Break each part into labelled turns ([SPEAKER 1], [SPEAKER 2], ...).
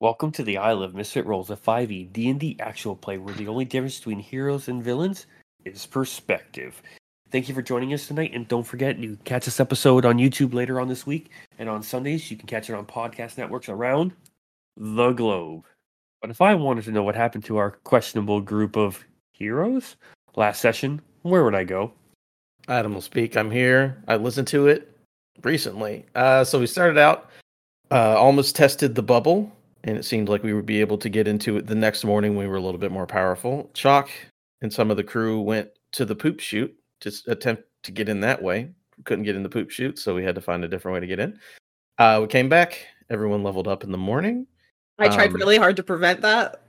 [SPEAKER 1] Welcome to the Isle of Misfit Rolls, a E 5e D&D actual play where the only difference between heroes and villains is perspective. Thank you for joining us tonight, and don't forget you can catch this episode on YouTube later on this week, and on Sundays you can catch it on podcast networks around the globe. But if I wanted to know what happened to our questionable group of heroes last session, where would I go?
[SPEAKER 2] Adam will speak. I'm here. I listened to it recently. Uh, so we started out, uh, almost tested the bubble, and it seemed like we would be able to get into it the next morning when we were a little bit more powerful. Chalk and some of the crew went to the poop chute to s- attempt to get in that way. Couldn't get in the poop chute, so we had to find a different way to get in. Uh, we came back. Everyone leveled up in the morning.
[SPEAKER 3] I tried
[SPEAKER 2] Um,
[SPEAKER 3] really hard to prevent that.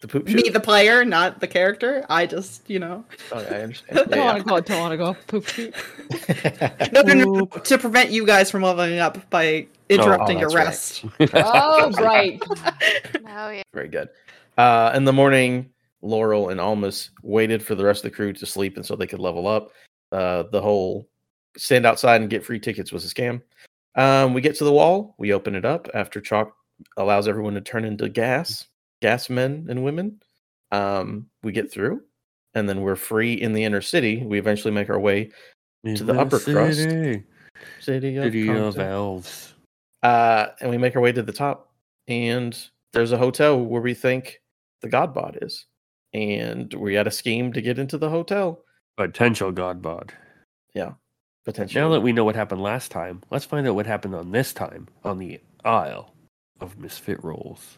[SPEAKER 2] The poop chute.
[SPEAKER 3] Me, the player, not the character. I just, you know.
[SPEAKER 2] Oh, yeah, I understand.
[SPEAKER 3] Don't
[SPEAKER 2] Yeah,
[SPEAKER 3] wanna
[SPEAKER 2] yeah.
[SPEAKER 4] go. Don't want to go. Poop shoot.
[SPEAKER 3] No, no, no, no, to prevent you guys from leveling up by interrupting
[SPEAKER 2] oh,
[SPEAKER 3] your
[SPEAKER 2] that's right.
[SPEAKER 3] rest.
[SPEAKER 4] Oh, right.
[SPEAKER 5] Oh yeah.
[SPEAKER 2] Very good. Uh, in the morning, Laurel and Almus waited for the rest of the crew to sleep, and so they could level up. Uh, the whole stand outside and get free tickets was a scam. Um, we get to the wall. We open it up after Chalk allows everyone to turn into gas, gas men and women. Um, we get through, and then we're free in the inner city. We eventually make our way To the upper crust.
[SPEAKER 1] city,
[SPEAKER 2] city of,
[SPEAKER 1] city of
[SPEAKER 2] Compton.
[SPEAKER 1] elves.
[SPEAKER 2] uh, and we make our way to the top. And there's a hotel where we think the God Bod is, and we had a scheme to get into the hotel
[SPEAKER 1] Potential god bod.
[SPEAKER 2] potentially.
[SPEAKER 1] Now that we know what happened last time, let's find out what happened on this time on the Isle of Misfit Rolls.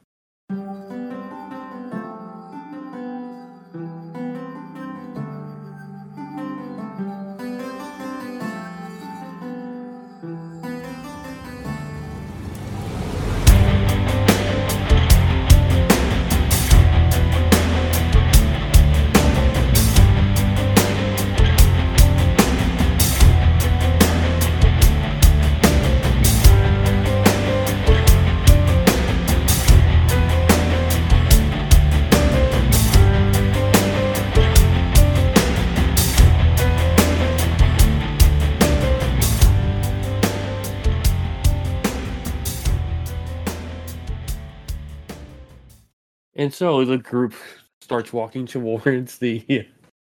[SPEAKER 1] And so the group starts walking towards the.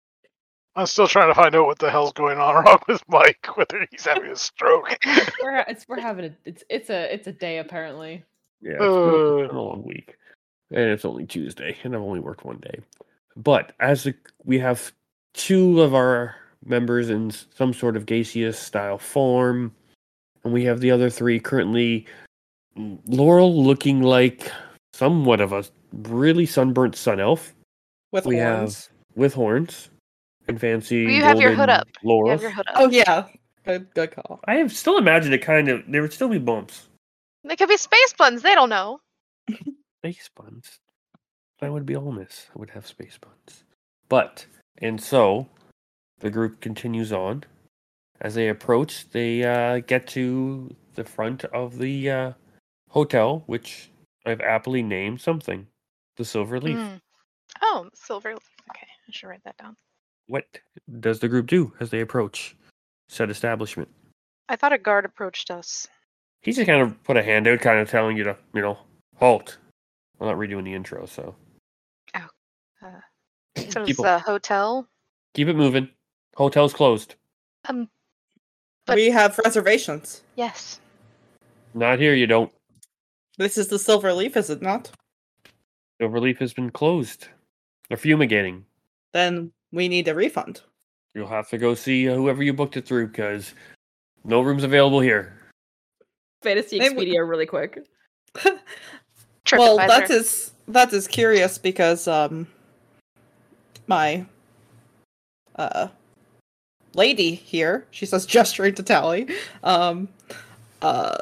[SPEAKER 6] I'm still trying to find out what the hell's going on wrong with Mike, whether he's having a stroke.
[SPEAKER 4] We're ha- it's we're having a it's it's a it's a day apparently.
[SPEAKER 1] Yeah, it's been it's been a long week, and it's only Tuesday, and I've only worked one day. But as the, we have two of our members in s- some sort of gaseous style form, and we have the other three currently. mm, Laurel looking like somewhat of a really sunburnt sun elf.
[SPEAKER 3] With
[SPEAKER 1] We
[SPEAKER 3] horns.
[SPEAKER 1] with horns and fancy.
[SPEAKER 5] You have your hood
[SPEAKER 1] golden
[SPEAKER 5] up. You
[SPEAKER 1] laurels.
[SPEAKER 5] have your hood up.
[SPEAKER 3] Oh yeah. Good good call.
[SPEAKER 1] I have still imagined it kind of. There would still be bumps.
[SPEAKER 5] They could be space buns. They don't know.
[SPEAKER 1] Space buns. That would be Olmus. I would have space buns. But and so, the group continues on. As they approach, they uh, get to the front of the uh, hotel, which I've aptly named something. The Silver Leaf.
[SPEAKER 4] Hmm.
[SPEAKER 5] Mm. Oh, silver leaf. Okay, I should write that down.
[SPEAKER 1] What does the group do as they approach said establishment?
[SPEAKER 5] I thought a guard approached us.
[SPEAKER 1] He just kind of put a hand out, kind of telling you to, you know, halt. I'm not redoing the intro, so
[SPEAKER 5] Oh, uh, So it's uh,
[SPEAKER 1] People.
[SPEAKER 5] a hotel.
[SPEAKER 1] keep it moving. Hotel's closed.
[SPEAKER 5] Um, But-
[SPEAKER 3] we have reservations.
[SPEAKER 5] yes.
[SPEAKER 1] Not here, you don't.
[SPEAKER 3] This is the silver leaf, is it not?
[SPEAKER 1] Silver Leaf has been closed. They're fumigating.
[SPEAKER 3] Then we need a refund.
[SPEAKER 1] You'll have to go see uh, whoever you booked it through, because no room's available here.
[SPEAKER 4] Fantasy
[SPEAKER 3] Maybe we-
[SPEAKER 4] Expedia really quick.
[SPEAKER 3] well,
[SPEAKER 5] TripAdvisor.
[SPEAKER 3] that is that is curious because um my uh lady here, she says gesturing to Tally, um uh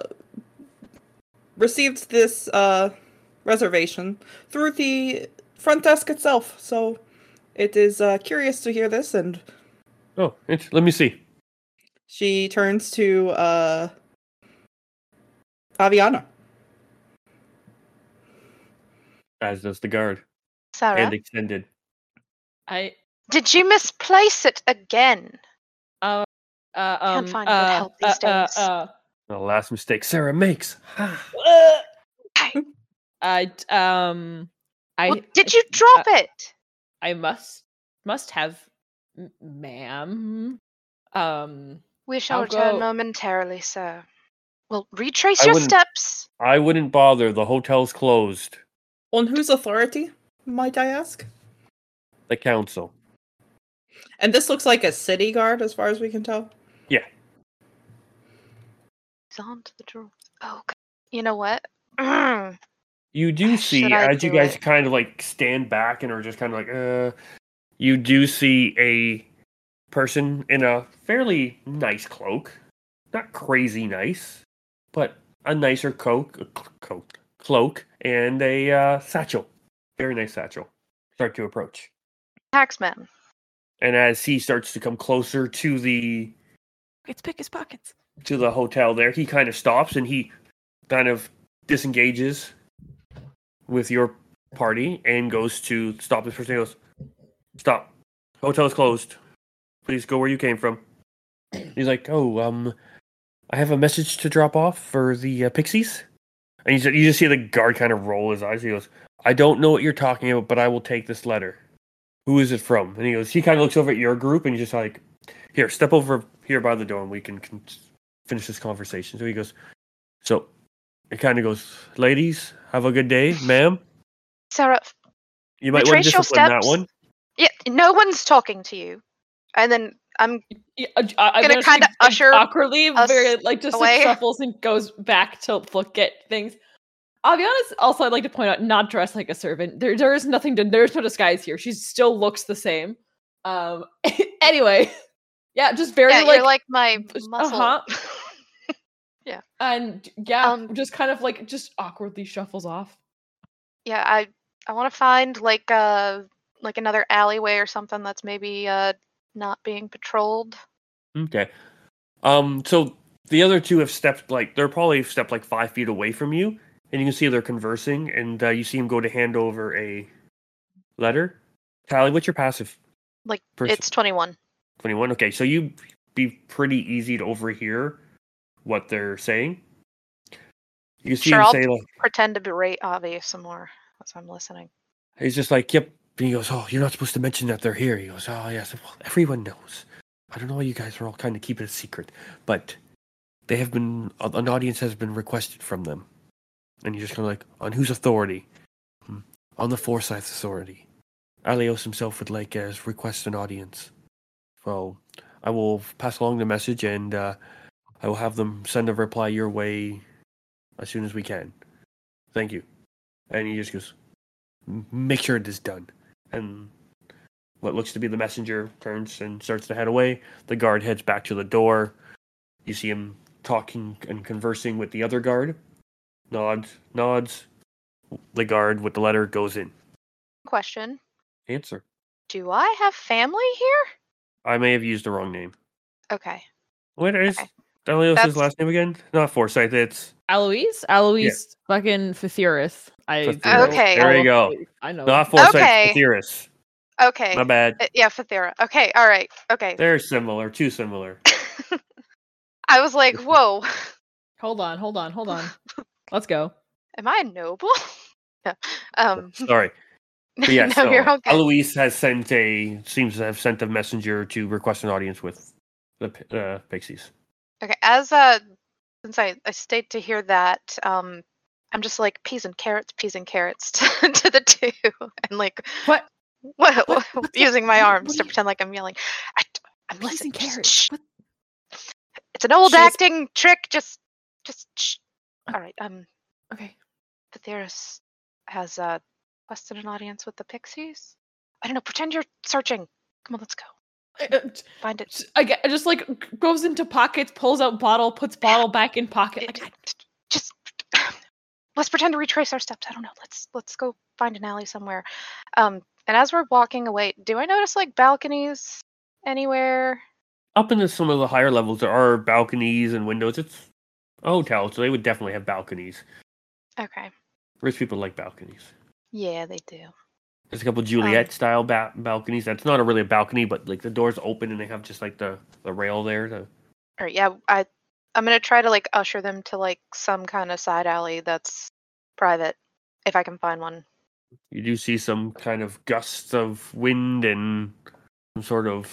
[SPEAKER 3] received this uh reservation through the front desk itself. So it is uh curious to hear this and
[SPEAKER 1] Oh, it's, let me see.
[SPEAKER 3] she turns to uh Fabiana.
[SPEAKER 1] As does the guard.
[SPEAKER 5] Sarah,
[SPEAKER 1] And extended.
[SPEAKER 4] I
[SPEAKER 5] did you misplace it again?
[SPEAKER 4] uh uh um
[SPEAKER 5] find good
[SPEAKER 4] uh,
[SPEAKER 5] help these
[SPEAKER 4] uh, uh,
[SPEAKER 5] days.
[SPEAKER 4] uh,
[SPEAKER 1] The last mistake Sarah makes. Ha!
[SPEAKER 4] uh, I um I uh,
[SPEAKER 5] well, did you drop it?
[SPEAKER 4] I must must have m- ma'am. Um
[SPEAKER 5] We shall
[SPEAKER 4] I'll
[SPEAKER 5] return
[SPEAKER 4] go-
[SPEAKER 5] momentarily, sir. Well, retrace
[SPEAKER 1] I
[SPEAKER 5] your
[SPEAKER 1] wouldn't-
[SPEAKER 5] steps.
[SPEAKER 1] I wouldn't bother. The hotel's closed.
[SPEAKER 3] On whose authority, might I ask?
[SPEAKER 1] The council.
[SPEAKER 3] And this looks like a city guard, as far as we can tell.
[SPEAKER 5] He's on to the draw. Oh, God. you know what? Mm.
[SPEAKER 1] You do
[SPEAKER 5] Should
[SPEAKER 1] see
[SPEAKER 5] I
[SPEAKER 1] as you
[SPEAKER 5] do
[SPEAKER 1] guys
[SPEAKER 5] it?
[SPEAKER 1] kind of like stand back and are just kind of like, uh, you do see a person in a fairly nice cloak, not crazy nice, but a nicer coat, coat, cloak, and a uh, satchel, very nice satchel. Start to approach,
[SPEAKER 5] Taxman.
[SPEAKER 1] and as he starts to come closer to the
[SPEAKER 4] it's pick his pockets.
[SPEAKER 1] to the hotel there, he kind of stops and he kind of disengages with your party and goes to stop this person. He goes, Stop. Hotel is closed. Please go where you came from. He's like, Oh, um, I have a message to drop off for the uh, pixies. And you, you just see the guard kind of roll his eyes. He goes, I don't know what you're talking about, but I will take this letter. Who is it from? And he goes, He kind of looks over at your group and he's just like, Here, step over here by the door and we can con- finish this conversation. So he goes, So it kind of goes, Ladies, have a good day, ma'am.
[SPEAKER 5] Sarah,
[SPEAKER 1] You might want to
[SPEAKER 5] Retrace your
[SPEAKER 1] discipline that
[SPEAKER 5] steps.
[SPEAKER 1] one.
[SPEAKER 5] yeah, no one's talking to you. And then I'm
[SPEAKER 4] Yeah, uh, I, I,
[SPEAKER 5] Gonna
[SPEAKER 4] I'm
[SPEAKER 5] kinda
[SPEAKER 4] just, like,
[SPEAKER 5] usher
[SPEAKER 4] awkwardly,
[SPEAKER 5] us
[SPEAKER 4] very like just
[SPEAKER 5] away.
[SPEAKER 4] like shuffles and goes back to look at things. I'll be honest. Also, I'd like to point out, not dressed like a servant. There, there is nothing to. There's no disguise here. She still looks the same. Um. anyway, yeah, just very
[SPEAKER 5] yeah,
[SPEAKER 4] like,
[SPEAKER 5] you're like my
[SPEAKER 4] b-
[SPEAKER 5] muscle.
[SPEAKER 4] uh-huh. and yeah,
[SPEAKER 5] um,
[SPEAKER 4] just kind of like just awkwardly shuffles off.
[SPEAKER 5] yeah, I I want to find like uh like another alleyway or something that's maybe uh not being patrolled.
[SPEAKER 1] Okay. Um. So the other two have stepped like they're probably stepped like five feet away from you, and you can see they're conversing, and uh, you see him go to hand over a letter. Tally, what's your passive?
[SPEAKER 5] Like,
[SPEAKER 1] Perce-
[SPEAKER 5] It's 21.
[SPEAKER 1] twenty-one. Okay, so you be pretty easy to overhear what they're saying. You see
[SPEAKER 5] Sure,
[SPEAKER 1] him
[SPEAKER 5] I'll-
[SPEAKER 1] say like
[SPEAKER 5] Pretend to berate Avi some more as I'm listening.
[SPEAKER 1] he's just like yep. And he goes, oh, you're not supposed to mention that they're here. He goes, oh yes, well everyone knows. I don't know why you guys are all kind of keeping it a secret, but they have been an audience has been requested from them, and you're just kind of like, on whose authority? Hmm, On the Forsyth authority. Alios himself would like as request an audience. Well, I will pass along the message, and uh, I will have them send a reply your way as soon as we can. Thank you. And he just goes, "M- make sure it is done. And what looks to be the messenger turns and starts to head away. The guard heads back to the door. You see him talking and conversing with the other guard. Nods, nods. The guard with the letter goes in.
[SPEAKER 5] Question
[SPEAKER 1] Answer.
[SPEAKER 5] Do I have family here?
[SPEAKER 1] I may have used the wrong name.
[SPEAKER 5] Okay.
[SPEAKER 1] What is
[SPEAKER 5] Okay.
[SPEAKER 1] Elios's
[SPEAKER 5] That's-
[SPEAKER 1] last name again? Not Forsyth. It's
[SPEAKER 4] Aloise, Aloise, fucking Fithurith. I
[SPEAKER 1] Fithurith.
[SPEAKER 5] Okay.
[SPEAKER 1] There you
[SPEAKER 4] all of
[SPEAKER 1] go.
[SPEAKER 4] it. I know.
[SPEAKER 1] not Forsyth.
[SPEAKER 5] Okay.
[SPEAKER 1] Okay.
[SPEAKER 5] Okay.
[SPEAKER 1] My bad.
[SPEAKER 5] Uh, yeah, Fathera. Okay. All right. Okay.
[SPEAKER 1] They're similar. Too similar.
[SPEAKER 5] I was like, whoa,
[SPEAKER 4] hold on, hold on, hold on. Let's go.
[SPEAKER 5] am I noble? No. um,
[SPEAKER 1] Sorry. But yeah,
[SPEAKER 5] no,
[SPEAKER 1] so
[SPEAKER 5] you're all good.
[SPEAKER 1] Eloise has sent a seems to have sent a messenger to request an audience with the pi- uh, pixies.
[SPEAKER 5] Okay, as uh since I, I stayed to hear that, um I'm just like peas and carrots, peas and carrots to, the two and like
[SPEAKER 4] What?
[SPEAKER 5] what,
[SPEAKER 4] What-
[SPEAKER 5] what-
[SPEAKER 4] what's that?
[SPEAKER 5] using my
[SPEAKER 4] What-
[SPEAKER 5] arms
[SPEAKER 4] what
[SPEAKER 5] to
[SPEAKER 4] do you-
[SPEAKER 5] pretend like I'm yelling. I, am
[SPEAKER 4] Peas
[SPEAKER 5] listening.
[SPEAKER 4] and
[SPEAKER 5] just
[SPEAKER 4] carrots.
[SPEAKER 5] shh.
[SPEAKER 4] What?
[SPEAKER 5] It's an old
[SPEAKER 4] She's- Uh.
[SPEAKER 5] acting trick, just just shh. All right, um
[SPEAKER 4] Okay.
[SPEAKER 5] Pytherus has uh requested an audience with the pixies. I don't know, pretend you're searching. Come on, let's go.
[SPEAKER 4] Uh, uh,
[SPEAKER 5] Find it.
[SPEAKER 4] Just- I get- just like g- goes into pockets, pulls out bottle, puts bottle back in pocket.
[SPEAKER 5] It-
[SPEAKER 4] Like,
[SPEAKER 5] it- t- just let's pretend to retrace our steps. I don't know. Let's let's go find an alley somewhere. Um, and as we're walking away, do I notice like balconies anywhere?
[SPEAKER 1] Up into some of the higher levels, there are balconies and windows. It's a hotel, so they would definitely have balconies.
[SPEAKER 5] Okay.
[SPEAKER 1] Rich people like balconies.
[SPEAKER 5] Yeah, they do.
[SPEAKER 1] There's a
[SPEAKER 5] Oh.
[SPEAKER 1] couple Juliet style ba- balconies. That's not a really a balcony, but like the doors open and they have just like the, the rail there. The,
[SPEAKER 5] All right. Yeah, I I'm gonna try to like usher them to like some kind of side alley that's private if I can find one.
[SPEAKER 1] You do see some kind of gusts of wind and some sort of,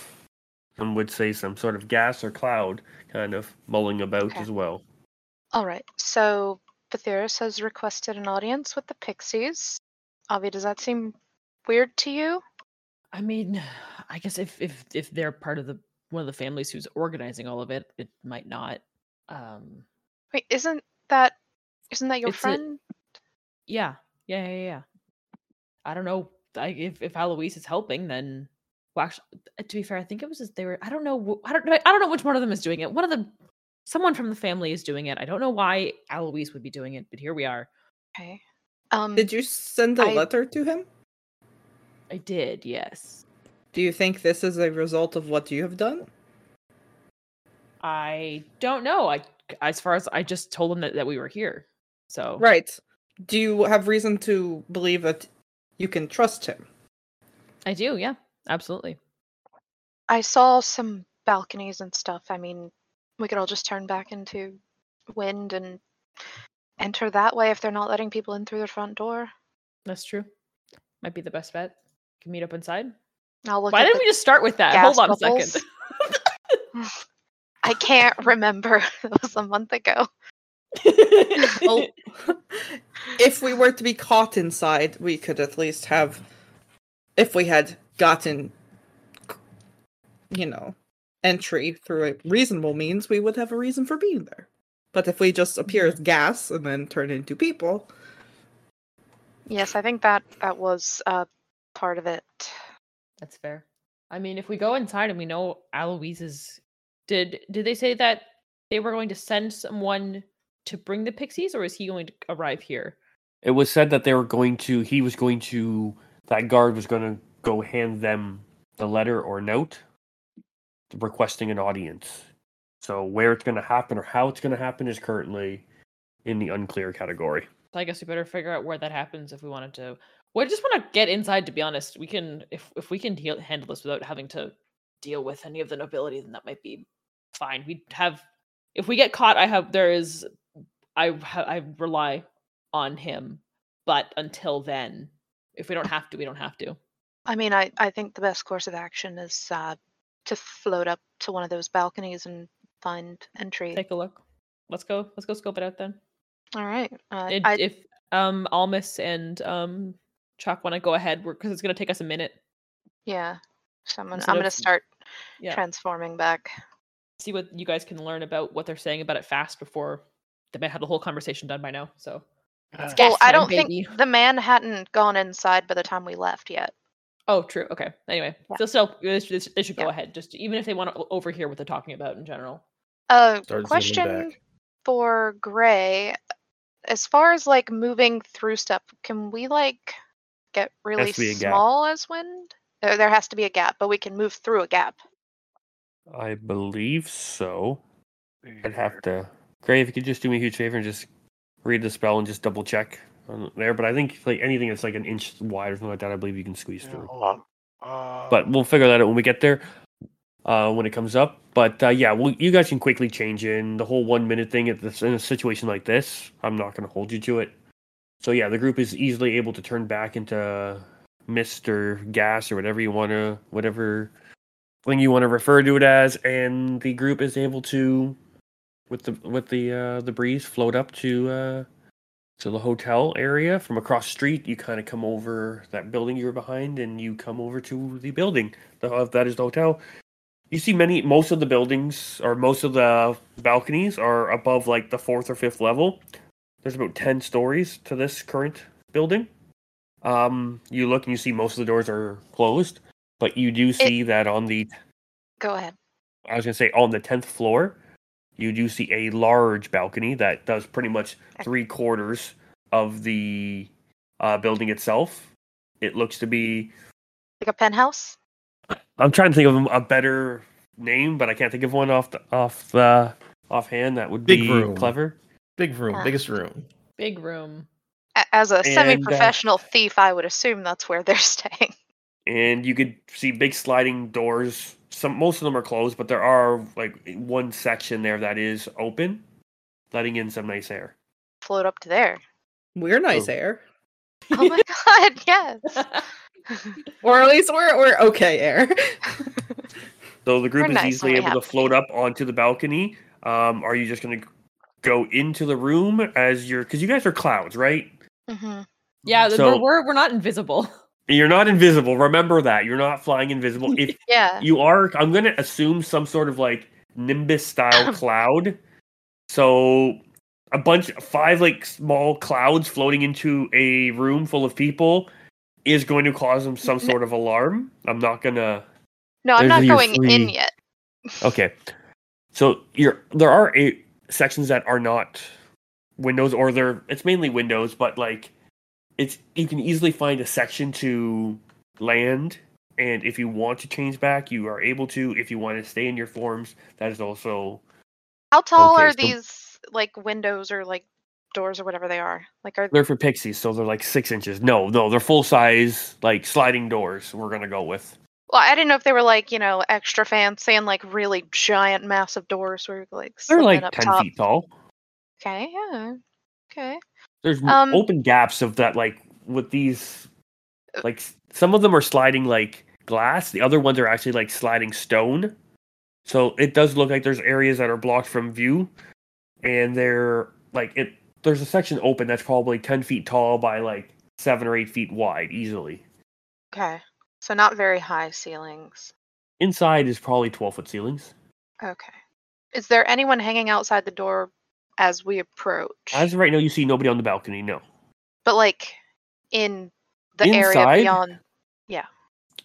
[SPEAKER 1] some would say, some sort of gas or cloud kind of mulling about
[SPEAKER 5] Okay.
[SPEAKER 1] as well.
[SPEAKER 5] All right. So Pythiris has requested an audience with the pixies. Avi, does that seem weird to you?
[SPEAKER 4] I mean, I guess if if if they're part of the one of the families who's organizing all of it, it might not. Um,
[SPEAKER 5] Wait, isn't that isn't that your
[SPEAKER 4] It's a-
[SPEAKER 5] friend?
[SPEAKER 4] yeah, yeah, yeah, yeah. I don't know. I, if if Aloise is helping, then well, actually, to be fair, I think it was just they were. I don't know. wh- I don't. I don't know which one of them is doing it. One of the someone from the family is doing it. I don't know why Aloise would be doing it, but here we are.
[SPEAKER 5] Okay. Um
[SPEAKER 3] Did you send a
[SPEAKER 5] I-
[SPEAKER 3] letter to him?
[SPEAKER 4] I did. Yes,
[SPEAKER 3] Do you think this is a result of what you have done?
[SPEAKER 4] I don't know. I as far as I just told them that, that we were here. So
[SPEAKER 3] Right. Do you have reason to believe that you can trust him?
[SPEAKER 4] I do. Yeah, absolutely.
[SPEAKER 5] I saw some balconies and stuff. I mean, we could all just turn back into wind and enter that way if they're not letting people in through their front door.
[SPEAKER 4] That's true. Might be the best bet. Can meet up inside.
[SPEAKER 5] I'll look
[SPEAKER 4] Why
[SPEAKER 5] at
[SPEAKER 4] didn't
[SPEAKER 5] the
[SPEAKER 4] we just start with that?
[SPEAKER 5] gas
[SPEAKER 4] Hold on a
[SPEAKER 5] bubbles.
[SPEAKER 4] second.
[SPEAKER 5] I can't remember. it was a month ago.
[SPEAKER 3] Well, if we were to be caught inside, we could at least have, if we had gotten, you know, entry through a reasonable means, we would have a reason for being there. But if we just appear as gas and then turn into people,
[SPEAKER 5] Yes, I think that that was uh, part of it.
[SPEAKER 4] That's fair. I mean, if we go inside and we know Aloise's did did they say that they were going to send someone to bring the pixies or is he going to arrive here?
[SPEAKER 1] It was said that they were going to, he was going to, that guard was going to go hand them the letter or note requesting an audience. So where it's going to happen or how it's going to happen is currently in the unclear category.
[SPEAKER 4] So I guess we better figure out where that happens if we wanted to. We just want to get inside to be honest. We can if if we can deal, handle this without having to deal with any of the nobility then that might be fine. We have if we get caught I have there is I ha- I rely on him. But until then, if we don't have to, we don't have to.
[SPEAKER 5] I mean, I, I think the best course of action is uh, to float up to one of those balconies and find entry.
[SPEAKER 4] Take a look. Let's go. Let's go scope it out then.
[SPEAKER 5] All right. Uh,
[SPEAKER 4] If-
[SPEAKER 5] I,
[SPEAKER 4] if um Almus and um Chuck want to go ahead, we're because it's gonna take us a minute.
[SPEAKER 5] yeah. So I'm gonna,
[SPEAKER 4] instead
[SPEAKER 5] I'm gonna
[SPEAKER 4] of-
[SPEAKER 5] start
[SPEAKER 4] Yeah.
[SPEAKER 5] transforming back.
[SPEAKER 4] See what you guys can learn about what they're saying about it fast before they might have the whole conversation done by now. So
[SPEAKER 6] Uh,
[SPEAKER 4] gas
[SPEAKER 5] well, I
[SPEAKER 4] time,
[SPEAKER 5] don't
[SPEAKER 4] baby.
[SPEAKER 5] think the man hadn't gone inside by the time we left yet.
[SPEAKER 4] oh, true. Okay. Anyway,
[SPEAKER 5] Yeah.
[SPEAKER 4] so still they should, they should go
[SPEAKER 5] Yeah.
[SPEAKER 4] ahead. Just even if they want to overhear what they're talking about in general.
[SPEAKER 5] Uh,
[SPEAKER 2] Start zooming
[SPEAKER 5] question
[SPEAKER 2] back.
[SPEAKER 5] for Gray. As far as like moving through stuff, can we like get really
[SPEAKER 1] to be a gap.
[SPEAKER 5] small as wind? There, there has to be a gap, but we can move through a gap.
[SPEAKER 1] I believe so. I'd have to. Gray, if you could just do me a huge favor and just read the spell and just double check on there. But I think like anything that's like an inch wide or something like that, I believe you can squeeze
[SPEAKER 6] Yeah,
[SPEAKER 1] through.
[SPEAKER 6] hold on. Uh,
[SPEAKER 1] But we'll figure that out when we get there, uh, when it comes up. But uh, yeah, well, you guys can quickly change in the whole one minute thing at this, in a situation like this. I'm not going to hold you to it. So yeah, the group is easily able to turn back into Mister Gas or whatever you want to, whatever thing you want to refer to it as, and the group is able to, with the with the uh, the breeze, float up to uh, to the hotel area from across street. You kind of come over that building you were behind, and you come over to the building the, uh, that is the hotel. You see many, most of the buildings or most of the balconies are above like the fourth or fifth level. There's about ten stories to this current building. Um, you look and you see most of the doors are closed, but you do see that on the
[SPEAKER 5] Go ahead.
[SPEAKER 1] I was gonna say on the tenth floor, you do see a large balcony that does pretty much three quarters of the uh, building itself. It looks to be.
[SPEAKER 5] Like a penthouse.
[SPEAKER 1] I'm trying to think of a better name, but I can't think of one off the off the offhand that would
[SPEAKER 2] Big
[SPEAKER 1] be
[SPEAKER 2] room.
[SPEAKER 1] clever.
[SPEAKER 2] Big room,
[SPEAKER 5] Ah.
[SPEAKER 2] biggest room.
[SPEAKER 4] Big room.
[SPEAKER 5] A- As a
[SPEAKER 1] uh,
[SPEAKER 5] semi-professional thief, I would assume that's where they're staying.
[SPEAKER 1] and you could see big sliding doors. Some most of them are closed, but there are like one section there that is open, letting in some nice air.
[SPEAKER 5] Float up to there.
[SPEAKER 3] we're nice
[SPEAKER 1] Oh.
[SPEAKER 3] air.
[SPEAKER 5] Oh my god, yes.
[SPEAKER 3] Or at least we're we're okay, air.
[SPEAKER 1] So the group
[SPEAKER 5] We're
[SPEAKER 1] is
[SPEAKER 5] nice when
[SPEAKER 1] easily
[SPEAKER 5] we
[SPEAKER 1] able to
[SPEAKER 5] have to
[SPEAKER 1] float up onto the balcony. Um, are you just going to go into the room as you're because you guys are clouds, right?
[SPEAKER 5] hmm
[SPEAKER 4] yeah,
[SPEAKER 1] So-
[SPEAKER 4] we're, we're we're not invisible.
[SPEAKER 1] You're not invisible. Remember that you're not flying invisible. If
[SPEAKER 5] Yeah.
[SPEAKER 1] you are, I'm going to assume some sort of like nimbus style cloud. So a bunch, five like small clouds floating into a room full of people is going to cause them some sort of alarm. I'm not going to
[SPEAKER 5] No,
[SPEAKER 1] Those
[SPEAKER 5] I'm
[SPEAKER 1] are
[SPEAKER 5] not
[SPEAKER 1] your
[SPEAKER 5] going in
[SPEAKER 1] three-
[SPEAKER 5] yet.
[SPEAKER 1] Okay. So you're there are eight sections that are not windows or they're it's mainly windows, but like it's you can easily find a section to land and if you want to change back, you are able to. If you want to stay in your forms, that is also
[SPEAKER 5] How tall
[SPEAKER 1] Okay,
[SPEAKER 5] are
[SPEAKER 1] so-
[SPEAKER 5] these like windows or like doors or whatever they are? Like are
[SPEAKER 1] they're for pixies, so they're like six inches. No, no, they're full size, like sliding doors we're gonna go with.
[SPEAKER 5] well, I didn't know if they were like, you know, extra fancy and like really giant massive doors where like
[SPEAKER 1] They're
[SPEAKER 5] something
[SPEAKER 1] like
[SPEAKER 5] up
[SPEAKER 1] ten
[SPEAKER 5] top.
[SPEAKER 1] feet tall.
[SPEAKER 5] Okay, yeah. Okay.
[SPEAKER 1] There's m
[SPEAKER 5] Um,
[SPEAKER 1] open gaps of that, like with these, like s- some of them are sliding like glass. The other ones are actually like sliding stone. So it does look like there's areas that are blocked from view, and they're like it. There's a section open that's probably ten feet tall by like seven or eight feet wide, easily.
[SPEAKER 5] Okay. So not very high ceilings.
[SPEAKER 1] Inside is probably twelve foot ceilings.
[SPEAKER 5] Okay. Is there anyone hanging outside the door as we approach?
[SPEAKER 1] As of right now, you see nobody on the balcony. No,
[SPEAKER 5] but like in the
[SPEAKER 1] Inside?
[SPEAKER 5] area beyond.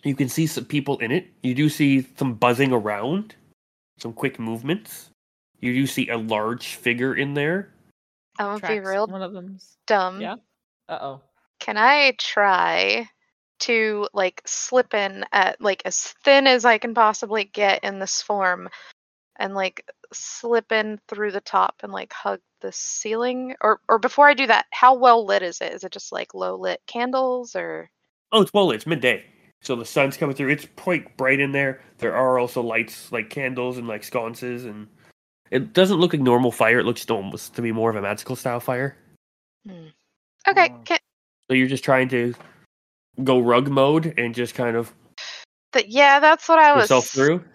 [SPEAKER 1] you can see some people in it. You do see some buzzing around, some quick movements. You do see a large figure in there.
[SPEAKER 5] I would be
[SPEAKER 4] Tracks,
[SPEAKER 5] real
[SPEAKER 4] One of them's.
[SPEAKER 5] dumb.
[SPEAKER 4] Yeah. Uh oh.
[SPEAKER 5] Can I try to like slip in at like as thin as I can possibly get in this form and like slip in through the top and like hug the ceiling? Or or before I do that, how well lit is it? Is it just like low lit candles or
[SPEAKER 1] Oh, it's well, it's midday. So the sun's coming through. It's quite bright in there. There are also lights like candles and like sconces and it doesn't look like normal fire. It looks almost to be more of a magical style fire.
[SPEAKER 5] Hmm. Okay,
[SPEAKER 6] Mm.
[SPEAKER 5] can,
[SPEAKER 1] So you're just trying to go rug mode and just kind of
[SPEAKER 5] th- yeah, that's what I was
[SPEAKER 1] yourself through.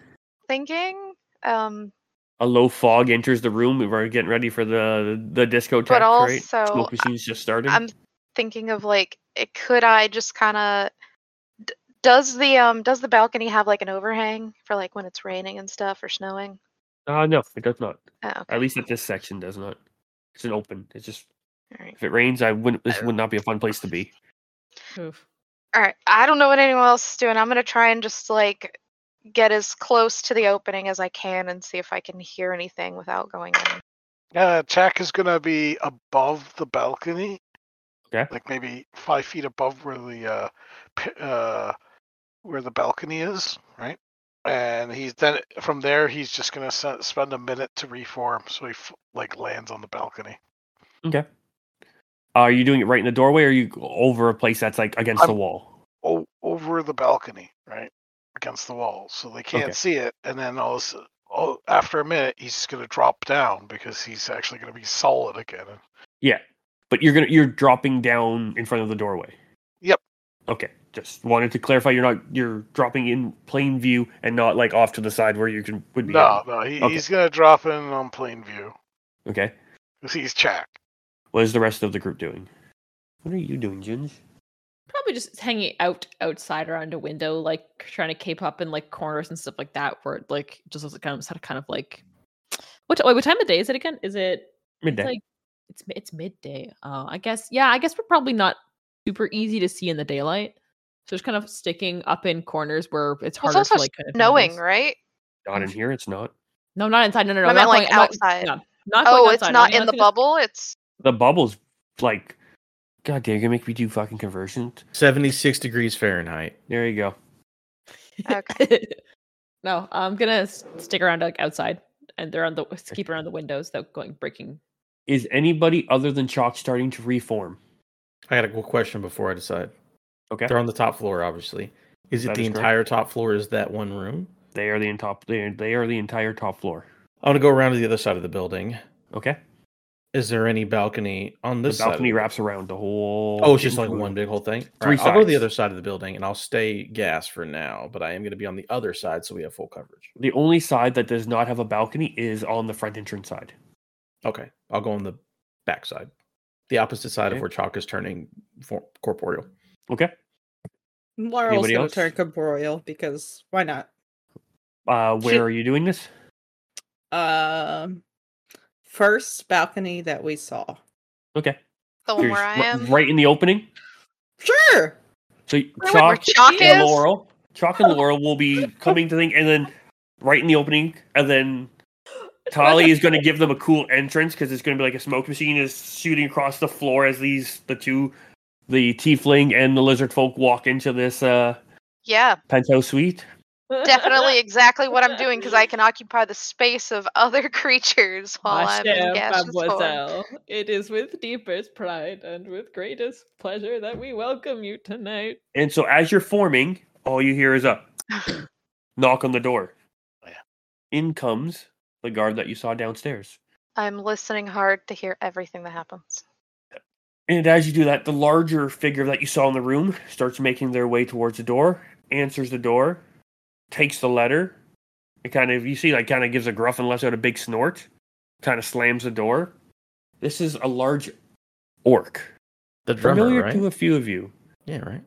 [SPEAKER 5] thinking. Um
[SPEAKER 1] A low fog enters the room. We're getting ready for the the discotheque, right?
[SPEAKER 5] but also
[SPEAKER 1] Smoke machines just starting.
[SPEAKER 5] I'm thinking of like, it, could I just kind of d- does the um does the balcony have like an overhang for like when it's raining and stuff or snowing?
[SPEAKER 1] Uh, no, it does not.
[SPEAKER 5] Oh, okay.
[SPEAKER 1] At least at this section does not. It's an open. It's just
[SPEAKER 5] All right.
[SPEAKER 1] if it rains, I wouldn't. This would not be a fun place to be.
[SPEAKER 4] Oof.
[SPEAKER 5] All right. I don't know what anyone else is doing. I'm gonna try and just like get as close to the opening as I can and see if I can hear anything without going in.
[SPEAKER 6] Uh, Tack is gonna be above the balcony.
[SPEAKER 1] Okay.
[SPEAKER 6] Like maybe five feet above where the uh, p- uh, where the balcony is, right? And he's then from there he's just gonna se- spend a minute to reform, so he f- like lands on the balcony.
[SPEAKER 1] Are you doing it right in the doorway, or are you g- over a place that's like against the
[SPEAKER 6] I'm-
[SPEAKER 1] wall?
[SPEAKER 6] o- over the balcony, right against the wall, so they can't
[SPEAKER 1] Okay.
[SPEAKER 6] see it. And then all, of a su- all after a minute, he's just gonna drop down because he's actually gonna be solid again.
[SPEAKER 1] Yeah, but you're gonna you're dropping down in front of the doorway.
[SPEAKER 6] Yep.
[SPEAKER 1] Okay. Just wanted to clarify. You're not you're dropping in plain view and not like off to the side where you can would be.
[SPEAKER 6] No, no, he,
[SPEAKER 1] Okay.
[SPEAKER 6] he's gonna drop in on plain view
[SPEAKER 1] hidden. Okay.
[SPEAKER 6] because he's Chak.
[SPEAKER 1] What is the rest of the group doing? What are you doing, Ginge?
[SPEAKER 4] Probably just hanging out outside around a window, like trying to cape up in like corners and stuff like that, where it like just looks like kind of, sort of- kind of like what? Wait, what time of day is it again? Is it
[SPEAKER 1] Midday.
[SPEAKER 4] It's like it's mi- it's midday. Oh, I guess yeah. I guess we're probably not super easy to see in the daylight. So just kind of sticking up in corners where it's
[SPEAKER 5] Well, it's
[SPEAKER 4] harder
[SPEAKER 5] also
[SPEAKER 4] to like kind of
[SPEAKER 5] Knowing,
[SPEAKER 4] notice.
[SPEAKER 5] right?
[SPEAKER 1] not in here. It's not.
[SPEAKER 4] No, not inside. No, no, no.
[SPEAKER 5] I meant
[SPEAKER 4] not
[SPEAKER 5] like
[SPEAKER 4] going- not-
[SPEAKER 5] outside.
[SPEAKER 4] no, not going
[SPEAKER 5] oh, it's
[SPEAKER 4] outside.
[SPEAKER 5] not
[SPEAKER 4] Okay,
[SPEAKER 5] in the
[SPEAKER 4] let's go-
[SPEAKER 5] bubble. It's
[SPEAKER 1] The bubbles like. God damn, you're gonna make me do fucking conversions.
[SPEAKER 2] 76 degrees Fahrenheit.
[SPEAKER 1] There you go.
[SPEAKER 4] no, I'm gonna s- stick around like outside, and they're on the keep around the windows without going breaking.
[SPEAKER 1] Is anybody other than Chalk starting to reform?
[SPEAKER 2] I got a quick question before I decide.
[SPEAKER 1] Okay.
[SPEAKER 2] They're on the top floor, obviously. Is it
[SPEAKER 1] That
[SPEAKER 2] the
[SPEAKER 1] is correct.
[SPEAKER 2] entire top floor? Is that one room?
[SPEAKER 1] They are the entire. They are, they are the entire top floor.
[SPEAKER 2] I want to go around to the other side of the building.
[SPEAKER 1] Okay.
[SPEAKER 2] Is there any balcony on
[SPEAKER 1] The
[SPEAKER 2] this side of
[SPEAKER 1] balcony
[SPEAKER 2] the-
[SPEAKER 1] wraps around the whole.
[SPEAKER 2] Oh, it's just like
[SPEAKER 1] fucking
[SPEAKER 2] one
[SPEAKER 1] room.
[SPEAKER 2] big whole thing. All
[SPEAKER 1] Three
[SPEAKER 2] right, I'll go to the
[SPEAKER 1] sides.
[SPEAKER 2] other side of the building and I'll stay gas for now, but I am going to be on the other side so we have full coverage.
[SPEAKER 1] The only side that does not have a balcony is on the front entrance side.
[SPEAKER 2] Okay, I'll go on the back side, the opposite side
[SPEAKER 1] Okay.
[SPEAKER 2] of where Chalk is turning for- corporeal.
[SPEAKER 1] Okay.
[SPEAKER 3] Laurel's
[SPEAKER 1] Anybody
[SPEAKER 3] gonna
[SPEAKER 1] else?
[SPEAKER 3] turn corporeal because why not?
[SPEAKER 1] Uh, where
[SPEAKER 3] Shit.
[SPEAKER 1] are you doing this?
[SPEAKER 3] Um, first balcony that we saw.
[SPEAKER 1] Okay.
[SPEAKER 5] The one
[SPEAKER 1] You're
[SPEAKER 5] where I
[SPEAKER 1] just r-
[SPEAKER 5] am.
[SPEAKER 1] right in the opening.
[SPEAKER 3] Sure.
[SPEAKER 1] So
[SPEAKER 5] Where where
[SPEAKER 1] chalk,
[SPEAKER 5] Chalk
[SPEAKER 1] and
[SPEAKER 5] is?
[SPEAKER 1] Laurel, chalk and Laurel will be coming to think, and then right in the opening, and then Tali is going to give them a cool entrance because it's going to be like a smoke machine is shooting across the floor as these the two, the tiefling and the lizard folk walk into this uh
[SPEAKER 5] Yeah,
[SPEAKER 1] penthouse suite.
[SPEAKER 5] definitely exactly what I'm doing because I can occupy the space of other creatures while I'm in
[SPEAKER 4] Hashem,
[SPEAKER 5] gaseous form.
[SPEAKER 4] mademoiselle. It is with deepest pride and with greatest pleasure that we welcome you tonight.
[SPEAKER 1] And so as you're forming, all you hear is a knock on the door.
[SPEAKER 6] Yeah.
[SPEAKER 1] In comes the guard that you saw downstairs.
[SPEAKER 5] I'm listening hard to hear everything that happens.
[SPEAKER 1] And as you do that, the larger figure that you saw in the room starts making their way towards the door, answers the door, takes the letter. It kind of, you see, like, kind of gives a gruff and lets out a big snort, kind of slams the door. This is a large orc.
[SPEAKER 2] The drummer,
[SPEAKER 1] familiar
[SPEAKER 2] right?
[SPEAKER 1] to a few of you.
[SPEAKER 2] yeah, right.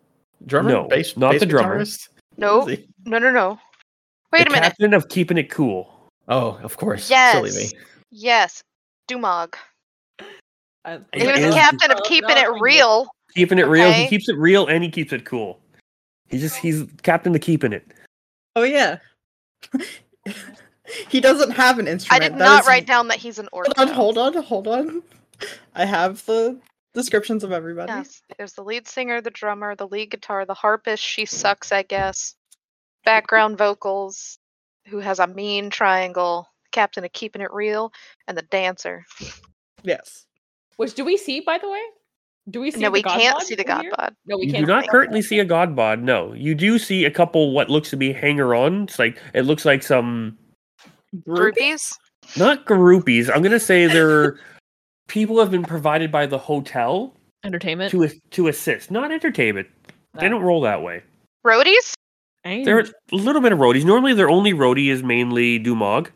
[SPEAKER 2] Drummer,
[SPEAKER 1] No,
[SPEAKER 2] bass,
[SPEAKER 1] not
[SPEAKER 2] bass
[SPEAKER 1] the drummer.
[SPEAKER 2] guitarist?
[SPEAKER 5] No,
[SPEAKER 2] Is he-
[SPEAKER 5] no, no, no. Wait
[SPEAKER 1] the
[SPEAKER 5] a minute.
[SPEAKER 1] captain of keeping it cool.
[SPEAKER 2] Oh, of course. Silly me.
[SPEAKER 5] Yes. Yes. Dumog.
[SPEAKER 4] I-
[SPEAKER 1] It
[SPEAKER 5] He was
[SPEAKER 1] is-
[SPEAKER 5] captain of
[SPEAKER 4] Oh,
[SPEAKER 5] keeping
[SPEAKER 4] no,
[SPEAKER 5] it
[SPEAKER 4] thank you.
[SPEAKER 5] real.
[SPEAKER 1] Keeping it real. He
[SPEAKER 5] Okay.
[SPEAKER 1] keeps it real and he keeps it cool. He just, he's captain to keeping it.
[SPEAKER 3] Oh yeah. he doesn't have an
[SPEAKER 5] I
[SPEAKER 3] instrument.
[SPEAKER 5] did
[SPEAKER 3] That
[SPEAKER 5] not
[SPEAKER 3] is-
[SPEAKER 5] write down that he's an orc.
[SPEAKER 3] Hold on,
[SPEAKER 5] though.
[SPEAKER 3] hold on, hold on. I have the descriptions of everybody.
[SPEAKER 5] Yes. There's the lead singer, the drummer, the lead guitar, the harpist. She sucks, I guess. Background vocals, who has a mean triangle. Captain of keeping it real, and the dancer.
[SPEAKER 3] Yes.
[SPEAKER 4] Which do we see, by the way? Do we see?
[SPEAKER 5] no,
[SPEAKER 4] the
[SPEAKER 5] we
[SPEAKER 4] god
[SPEAKER 5] can't
[SPEAKER 4] bod
[SPEAKER 5] see the
[SPEAKER 4] over
[SPEAKER 5] god
[SPEAKER 4] here?
[SPEAKER 5] bod.
[SPEAKER 4] No, we
[SPEAKER 1] You
[SPEAKER 4] can't.
[SPEAKER 1] do
[SPEAKER 4] see
[SPEAKER 1] not
[SPEAKER 4] the god
[SPEAKER 1] currently
[SPEAKER 4] bod.
[SPEAKER 1] see a god bod. No, you do see a couple what looks to be hanger-ons. Like it looks like some
[SPEAKER 5] Groupies?
[SPEAKER 1] not groupies. I'm gonna say they're people have been provided by the hotel
[SPEAKER 4] entertainment.
[SPEAKER 1] to as- to assist, not entertainment. They
[SPEAKER 4] No.
[SPEAKER 1] don't roll that way.
[SPEAKER 5] Roadies?
[SPEAKER 4] Ain't
[SPEAKER 1] They're a little bit of roadies. Normally, their only roadie is mainly Dumog,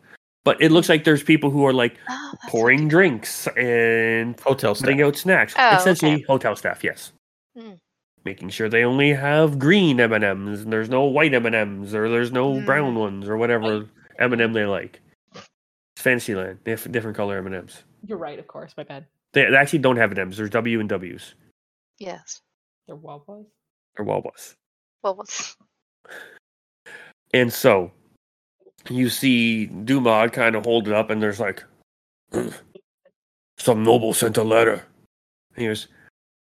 [SPEAKER 1] but it looks like there's people who are like
[SPEAKER 5] Oh, that's what
[SPEAKER 1] pouring
[SPEAKER 5] they-
[SPEAKER 1] drinks and
[SPEAKER 2] Hotel
[SPEAKER 1] putting
[SPEAKER 2] staff.
[SPEAKER 1] out snacks.
[SPEAKER 5] Oh, okay.
[SPEAKER 1] Essentially, hotel staff. Yes.
[SPEAKER 5] Hmm.
[SPEAKER 1] Making sure they only have green M and M's, and there's no white M and M's, or there's no
[SPEAKER 5] Hmm.
[SPEAKER 1] brown ones, or whatever M and M they like. It's Fantasyland. They have different color M and M's.
[SPEAKER 4] You're right, of course. My bad.
[SPEAKER 1] They they actually don't have an M's. There's W and W's
[SPEAKER 5] Yes.
[SPEAKER 4] They're Wawas.
[SPEAKER 1] or Wawas.
[SPEAKER 5] Well, what's-
[SPEAKER 1] And so you see Dumod kind of hold it up, and there's like, some noble sent a letter. And he goes,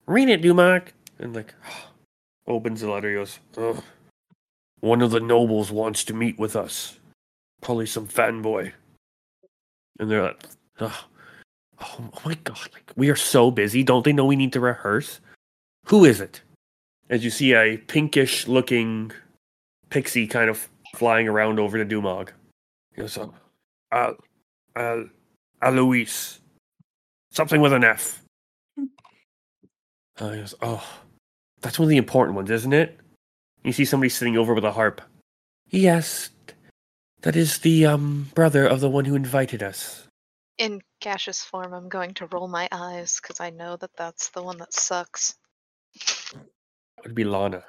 [SPEAKER 1] read it, Dumod. And like, opens the letter. He goes, "Ugh. one of the nobles wants to meet with us. Probably some fanboy. And they're like, "Ugh. oh, oh my god, like we are so busy. Don't they know we need to rehearse? Who is it? As you see a pinkish looking pixie kind of flying around over to Dumog. He goes, uh, Al, Al, Alois. Something with an F. Uh, he goes, oh, that's one of the important ones, isn't it? You see somebody sitting over with a harp. Yes, that is the um, brother of the one who invited us.
[SPEAKER 5] in gaseous form, I'm going to roll my eyes because I know that that's the one that sucks.
[SPEAKER 1] It would be Lana.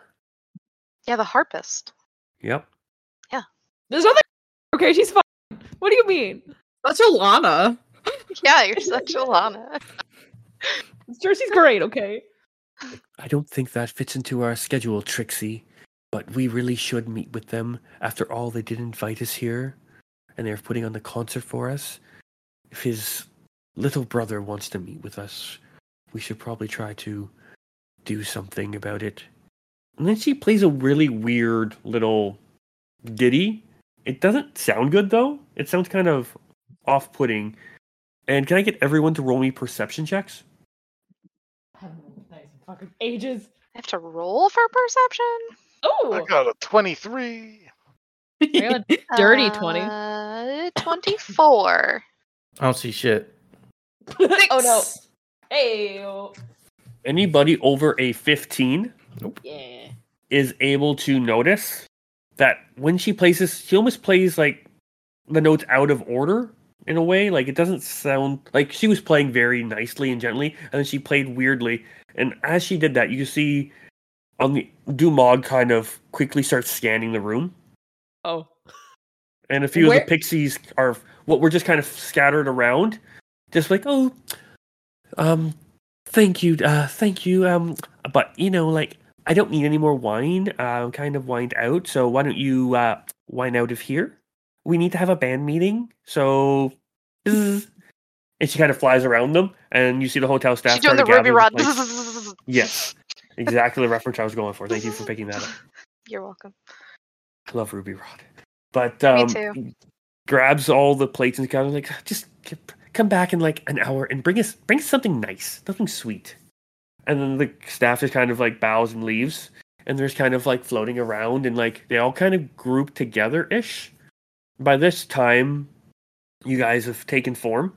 [SPEAKER 5] Yeah, the harpist.
[SPEAKER 1] Yep.
[SPEAKER 4] There's nothing. Okay, she's fine. What do you mean?
[SPEAKER 3] That's Alana.
[SPEAKER 5] Yeah, you're such a Lana.
[SPEAKER 4] Jersey's great. Okay.
[SPEAKER 1] I don't think that fits into our schedule, Trixie, but we really should meet with them. After all, they did invite us here, and they're putting on the concert for us. If his little brother wants to meet with us, we should probably try to do something about it. And then she plays a really weird little ditty. It doesn't sound good, though. It sounds kind of off putting. And can I get everyone to roll me perception checks?
[SPEAKER 4] Nice fucking ages.
[SPEAKER 5] I have to roll for perception?
[SPEAKER 4] Oh,
[SPEAKER 6] I got a 23.
[SPEAKER 4] Really? Dirty 20.
[SPEAKER 5] Uh, 24.
[SPEAKER 2] I don't see shit.
[SPEAKER 4] oh no. Hey.
[SPEAKER 1] Anybody over a 15
[SPEAKER 4] Yeah.
[SPEAKER 1] is able to notice that when she plays this, she almost plays like the notes out of order in a way. Like it doesn't sound like she was playing very nicely and gently, and then she played weirdly. And as she did that, you see on the Dumog kind of quickly starts scanning the room,
[SPEAKER 4] Oh.
[SPEAKER 1] and a few of
[SPEAKER 4] Where-
[SPEAKER 1] the pixies are what were just kind of scattered around, just like oh, um, thank you, uh, thank you, um, but you know, like I don't need any more wine. Uh, I'm kind of wined out, so why don't you uh, wine out of here? We need to have a band meeting, so. bzz." And she kind of flies around them, and you see the hotel staff.
[SPEAKER 5] She's doing
[SPEAKER 1] trying to
[SPEAKER 5] the Ruby
[SPEAKER 1] gather
[SPEAKER 5] Rod.
[SPEAKER 1] place. Yes, exactly the reference I was going for. Thank you for picking that up.
[SPEAKER 5] You're welcome.
[SPEAKER 1] I love Ruby Rod. But
[SPEAKER 5] Me
[SPEAKER 1] um,
[SPEAKER 5] too.
[SPEAKER 1] grabs all the plates and kind of like just c- come back in like an hour and bring us bring us something nice, nothing sweet. And then the staff just kind of like bows and leaves, and there's kind of like floating around and like they all kind of group together ish. By this time, you guys have taken form,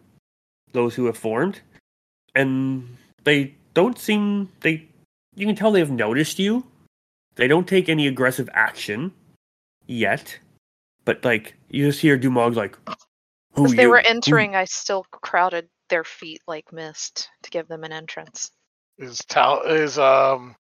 [SPEAKER 1] those who have formed, and they don't seem they. You can tell they have noticed you. They don't take any aggressive action yet. But like you just hear Dumog like, "Who
[SPEAKER 5] As they
[SPEAKER 1] you?
[SPEAKER 5] were
[SPEAKER 1] Who-
[SPEAKER 5] entering, I still crowded their feet like mist to give them an entrance.
[SPEAKER 6] Is Tal is um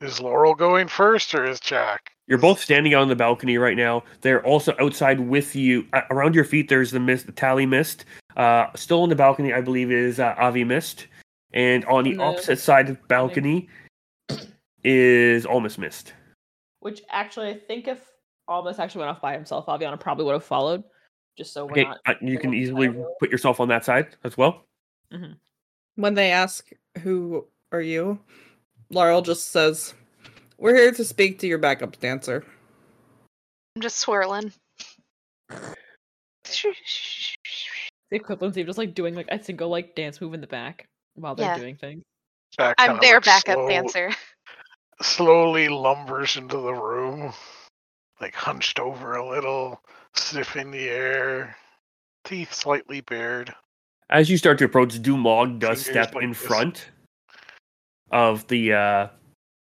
[SPEAKER 6] is Laurel going first or is Jack?
[SPEAKER 1] You're both standing on the balcony right now. They're also outside with you. Uh, around your feet, there's the mist, the tally mist. Uh, still on the balcony, I believe, is uh, Avi mist, and on the
[SPEAKER 4] And the-
[SPEAKER 1] opposite side of the balcony is Almas mist.
[SPEAKER 4] Which actually, I think if Almas actually went off by himself, Aviana probably would have followed. Just so we're
[SPEAKER 1] Okay,
[SPEAKER 4] not.
[SPEAKER 1] uh, you
[SPEAKER 4] we're
[SPEAKER 1] can
[SPEAKER 4] not-
[SPEAKER 1] easily put yourself on that side as well.
[SPEAKER 3] When they ask, Who are you? Laurel just says, We're here to speak to your backup dancer.
[SPEAKER 5] I'm just swirling.
[SPEAKER 4] The equivalency of just like doing like a single like dance move in the back while they're
[SPEAKER 5] Yeah.
[SPEAKER 4] doing things.
[SPEAKER 6] Jack
[SPEAKER 5] I'm
[SPEAKER 6] kinda,
[SPEAKER 5] their
[SPEAKER 6] like,
[SPEAKER 5] backup
[SPEAKER 6] slow-
[SPEAKER 5] dancer.
[SPEAKER 6] Slowly lumbers into the room, like hunched over a little, sniffing the air, teeth slightly bared.
[SPEAKER 1] As you start to approach, Dumog does
[SPEAKER 6] Fingers
[SPEAKER 1] step
[SPEAKER 6] like
[SPEAKER 1] in
[SPEAKER 6] this.
[SPEAKER 1] front of the uh,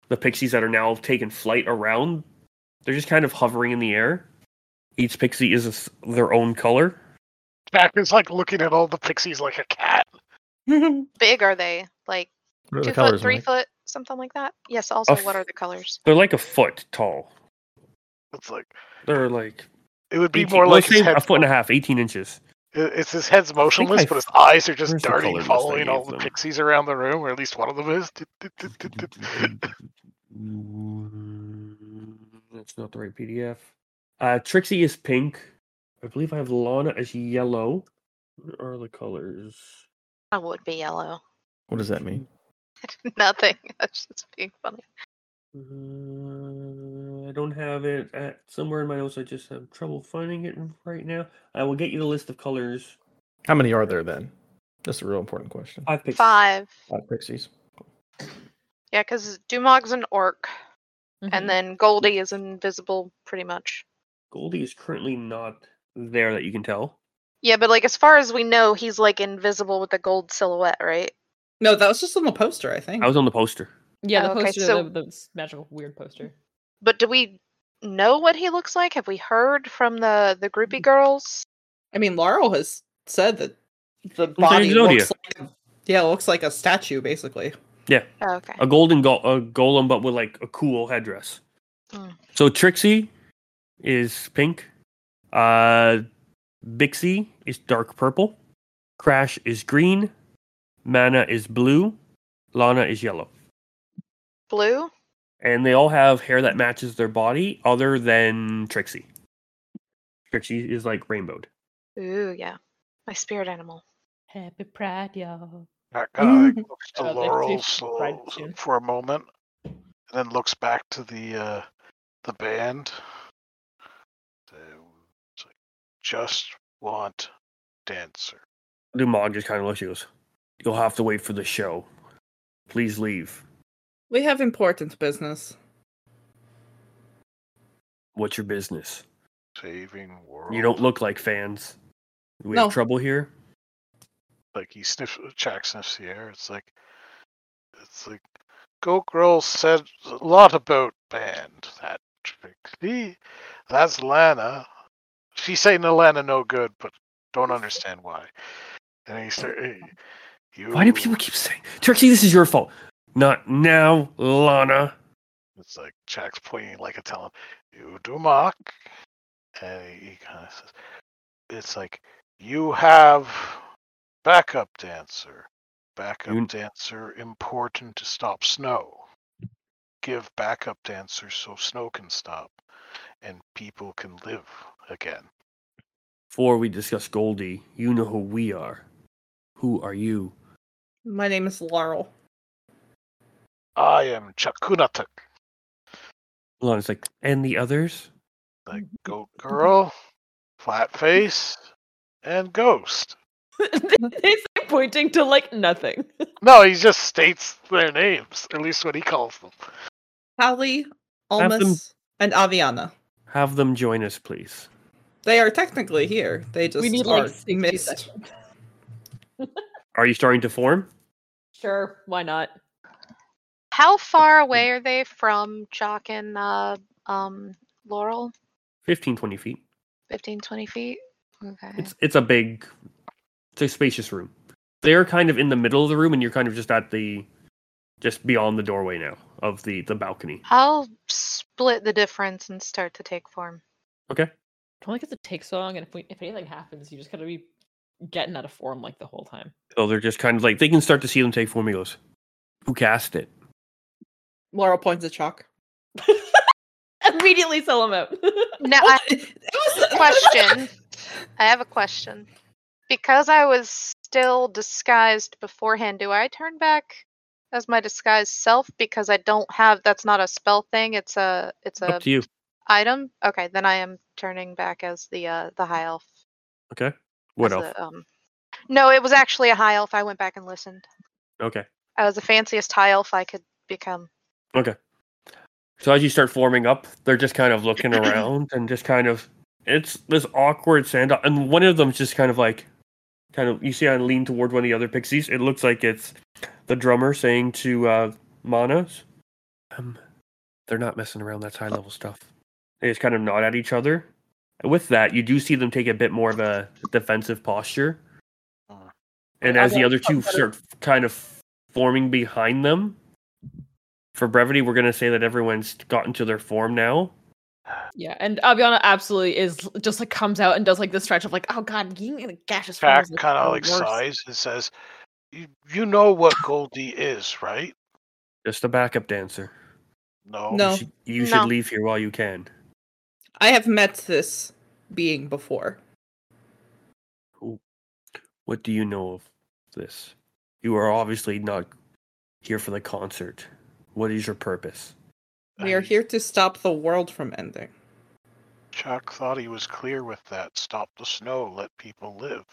[SPEAKER 1] the pixies that are now taking flight around. They're just kind of hovering in the air. Each pixie is a s their own color.
[SPEAKER 6] Jack is like looking at all the pixies like a cat.
[SPEAKER 5] Big are they? Like
[SPEAKER 2] What are
[SPEAKER 5] two
[SPEAKER 2] the
[SPEAKER 5] foot,
[SPEAKER 2] colors?
[SPEAKER 5] three
[SPEAKER 2] Mike? Oh,
[SPEAKER 5] foot, something like that? Yes, also,
[SPEAKER 1] f-
[SPEAKER 5] what are the colors?
[SPEAKER 1] They're like a foot tall.
[SPEAKER 6] It's like
[SPEAKER 1] They're like
[SPEAKER 6] it would be
[SPEAKER 1] 18
[SPEAKER 6] more
[SPEAKER 1] well,
[SPEAKER 6] like
[SPEAKER 1] say
[SPEAKER 6] his head.
[SPEAKER 1] a foot and a half, eighteen inches.
[SPEAKER 6] it- It's his head's motionless,
[SPEAKER 1] I
[SPEAKER 6] but his
[SPEAKER 1] f-
[SPEAKER 6] eyes are just
[SPEAKER 1] where's the color
[SPEAKER 6] darting,
[SPEAKER 1] list I
[SPEAKER 6] following all
[SPEAKER 1] gave
[SPEAKER 6] the
[SPEAKER 1] them?
[SPEAKER 6] pixies around the room, or at least one of them is.
[SPEAKER 1] That's not the right PDF. Uh, Trixie is pink. I believe I have Lana as yellow. What are the colors?
[SPEAKER 5] I would be yellow.
[SPEAKER 2] What does that mean?
[SPEAKER 5] Nothing. That's just being funny.
[SPEAKER 1] Uh, I don't have it at somewhere in my notes. I just have trouble finding it right now. I will get you the list of colors.
[SPEAKER 2] How many are there then? That's a real important question.
[SPEAKER 1] I've picked
[SPEAKER 5] Five.
[SPEAKER 2] Five pixies.
[SPEAKER 5] Yeah, because Dumog's an orc,
[SPEAKER 4] Mhm.
[SPEAKER 2] Mm-hmm.
[SPEAKER 5] and then Goldie is invisible pretty much.
[SPEAKER 1] Goldie is currently not there that you can tell.
[SPEAKER 5] Yeah, but like as far as we know, he's like invisible with a gold silhouette, right?
[SPEAKER 3] no, that was just on the poster, I
[SPEAKER 5] Mm.
[SPEAKER 3] think.
[SPEAKER 1] I was on the poster.
[SPEAKER 4] yeah, the
[SPEAKER 5] oh, okay,
[SPEAKER 4] poster,
[SPEAKER 5] so-
[SPEAKER 4] the, the s- magical weird poster.
[SPEAKER 5] But do we know what he looks like? Have we heard from the the
[SPEAKER 2] Mm.
[SPEAKER 5] groupie girls?
[SPEAKER 3] I mean, Laurel has said that the
[SPEAKER 1] like
[SPEAKER 3] body
[SPEAKER 1] Exodia.
[SPEAKER 3] looks like a, yeah, it looks like a statue, basically.
[SPEAKER 5] Oh, okay.
[SPEAKER 1] a golden go- a golem, but with like a cool headdress.
[SPEAKER 5] Mm.
[SPEAKER 1] So Trixie is pink. Uh, Bixie is dark purple. Crash is green. Mana is blue. Lana is yellow.
[SPEAKER 5] Blue?
[SPEAKER 1] And they all have hair that matches their body, other than Trixie. Trixie is like rainbowed.
[SPEAKER 5] Ooh, yeah. My spirit animal.
[SPEAKER 4] Happy Pride, y'all.
[SPEAKER 6] Jack kind of
[SPEAKER 3] Mm.
[SPEAKER 6] looks
[SPEAKER 4] Oh,
[SPEAKER 6] to
[SPEAKER 4] they've
[SPEAKER 6] Laurel
[SPEAKER 4] taken
[SPEAKER 6] slow-
[SPEAKER 4] pride too.
[SPEAKER 6] for a moment, and then looks back to the uh, the band. So, it's like, just want dancer.
[SPEAKER 1] Dumog just kind of looks. at you and goes, "You'll have to wait for the show. Please leave.
[SPEAKER 3] We have important business.
[SPEAKER 1] What's your business?
[SPEAKER 6] Saving world.
[SPEAKER 1] You don't look like fans. Do we
[SPEAKER 3] No.
[SPEAKER 1] have trouble here."
[SPEAKER 6] Like he sniffs, Jack sniffs the air. It's like, it's like, Go Girl said a lot about band. That Trixie, that's Lana. She's saying to Lana no good, but don't understand why. And he said, you.
[SPEAKER 1] Why do people keep saying, Trixie, this is your fault? Not now, Lana.
[SPEAKER 6] It's like Jack's pointing like a talent. You do mock, and he, he kind of says, "It's like you have backup dancer, backup
[SPEAKER 1] You-
[SPEAKER 6] dancer important to stop snow. Give backup dancer so snow can stop, and people can live again."
[SPEAKER 1] Before we discuss Goldie, you know who we are. Who are you?
[SPEAKER 3] My name is Laurel.
[SPEAKER 6] I am Chakunatuk,
[SPEAKER 1] Lana's like, and the others?
[SPEAKER 6] the goat girl, flat face, and ghost.
[SPEAKER 4] He's pointing to like nothing.
[SPEAKER 6] No, he just states their names, at least what he calls them.
[SPEAKER 3] Holly,
[SPEAKER 1] Have them-
[SPEAKER 3] Almus, and Aviana.
[SPEAKER 1] Have them join us, please.
[SPEAKER 3] They are technically here. They just
[SPEAKER 4] we need
[SPEAKER 3] are
[SPEAKER 4] like 60
[SPEAKER 3] missed.
[SPEAKER 4] seconds.
[SPEAKER 1] Are you starting to form?
[SPEAKER 4] Sure, why not?
[SPEAKER 5] How far away are they from Jock and uh, um, Laurel?
[SPEAKER 1] 15, 20 feet.
[SPEAKER 5] 15, 20 feet? Okay.
[SPEAKER 1] It's it's a big, it's a spacious room. They're kind of in the middle of the room, and you're kind of just at the, just beyond the doorway now of the the balcony.
[SPEAKER 5] I'll split the difference and start to take form.
[SPEAKER 1] Okay.
[SPEAKER 4] Don't like it's a take song, and if we, if anything happens, you just gotta be getting out of form like the whole time.
[SPEAKER 1] So they're just kind of like they can start to see them take form. He goes, "Who cast it?"
[SPEAKER 3] Laurel points at Chalk.
[SPEAKER 4] Immediately sell him out.
[SPEAKER 5] Now, I
[SPEAKER 3] It was-
[SPEAKER 5] question. I have a question. Because I was still disguised beforehand, do I turn back as my disguised self? Because I don't have that's not a spell thing, it's a it's a
[SPEAKER 1] Up to you.
[SPEAKER 5] item. Okay, then I am turning back as the uh the high elf.
[SPEAKER 1] Okay. What
[SPEAKER 5] as
[SPEAKER 1] else?
[SPEAKER 5] the, um, no, it was actually a high elf. I went back and listened.
[SPEAKER 1] Okay.
[SPEAKER 5] I was the fanciest high elf I could become.
[SPEAKER 1] So as you start forming up, they're just kind of looking around and just kind of it's this awkward sand and one of them's just kind of like kind of you see I lean toward one of the other pixies. It looks like it's the drummer saying to uh Manos, um they're not messing around, that's high level stuff. They just kind of nod at each other. With that, you do see them take a bit more of a defensive posture.
[SPEAKER 6] Mm.
[SPEAKER 1] And
[SPEAKER 4] I
[SPEAKER 1] as the
[SPEAKER 4] want
[SPEAKER 1] other two start kind of forming behind them, for brevity, we're going to say that everyone's gotten to their form now.
[SPEAKER 4] yeah, and Aviana absolutely is just like comes out and does like this stretch of like, oh god, getting in a gaseous form
[SPEAKER 6] Jack
[SPEAKER 4] is, like,
[SPEAKER 6] kind
[SPEAKER 4] the
[SPEAKER 6] of like
[SPEAKER 4] worst."
[SPEAKER 6] sighs and says, you, "You know what Goldie is, right?
[SPEAKER 1] Just a backup dancer.
[SPEAKER 6] No,
[SPEAKER 1] You
[SPEAKER 3] No.
[SPEAKER 1] should, you
[SPEAKER 5] No.
[SPEAKER 1] should leave here while you can.
[SPEAKER 3] I have met this being before.
[SPEAKER 1] What do you know of this? You are obviously not here for the concert. What is your purpose?
[SPEAKER 3] We are
[SPEAKER 6] I-
[SPEAKER 3] here to stop the world from ending.
[SPEAKER 6] Chuck thought he was clear with that. Stop the snow, let people live.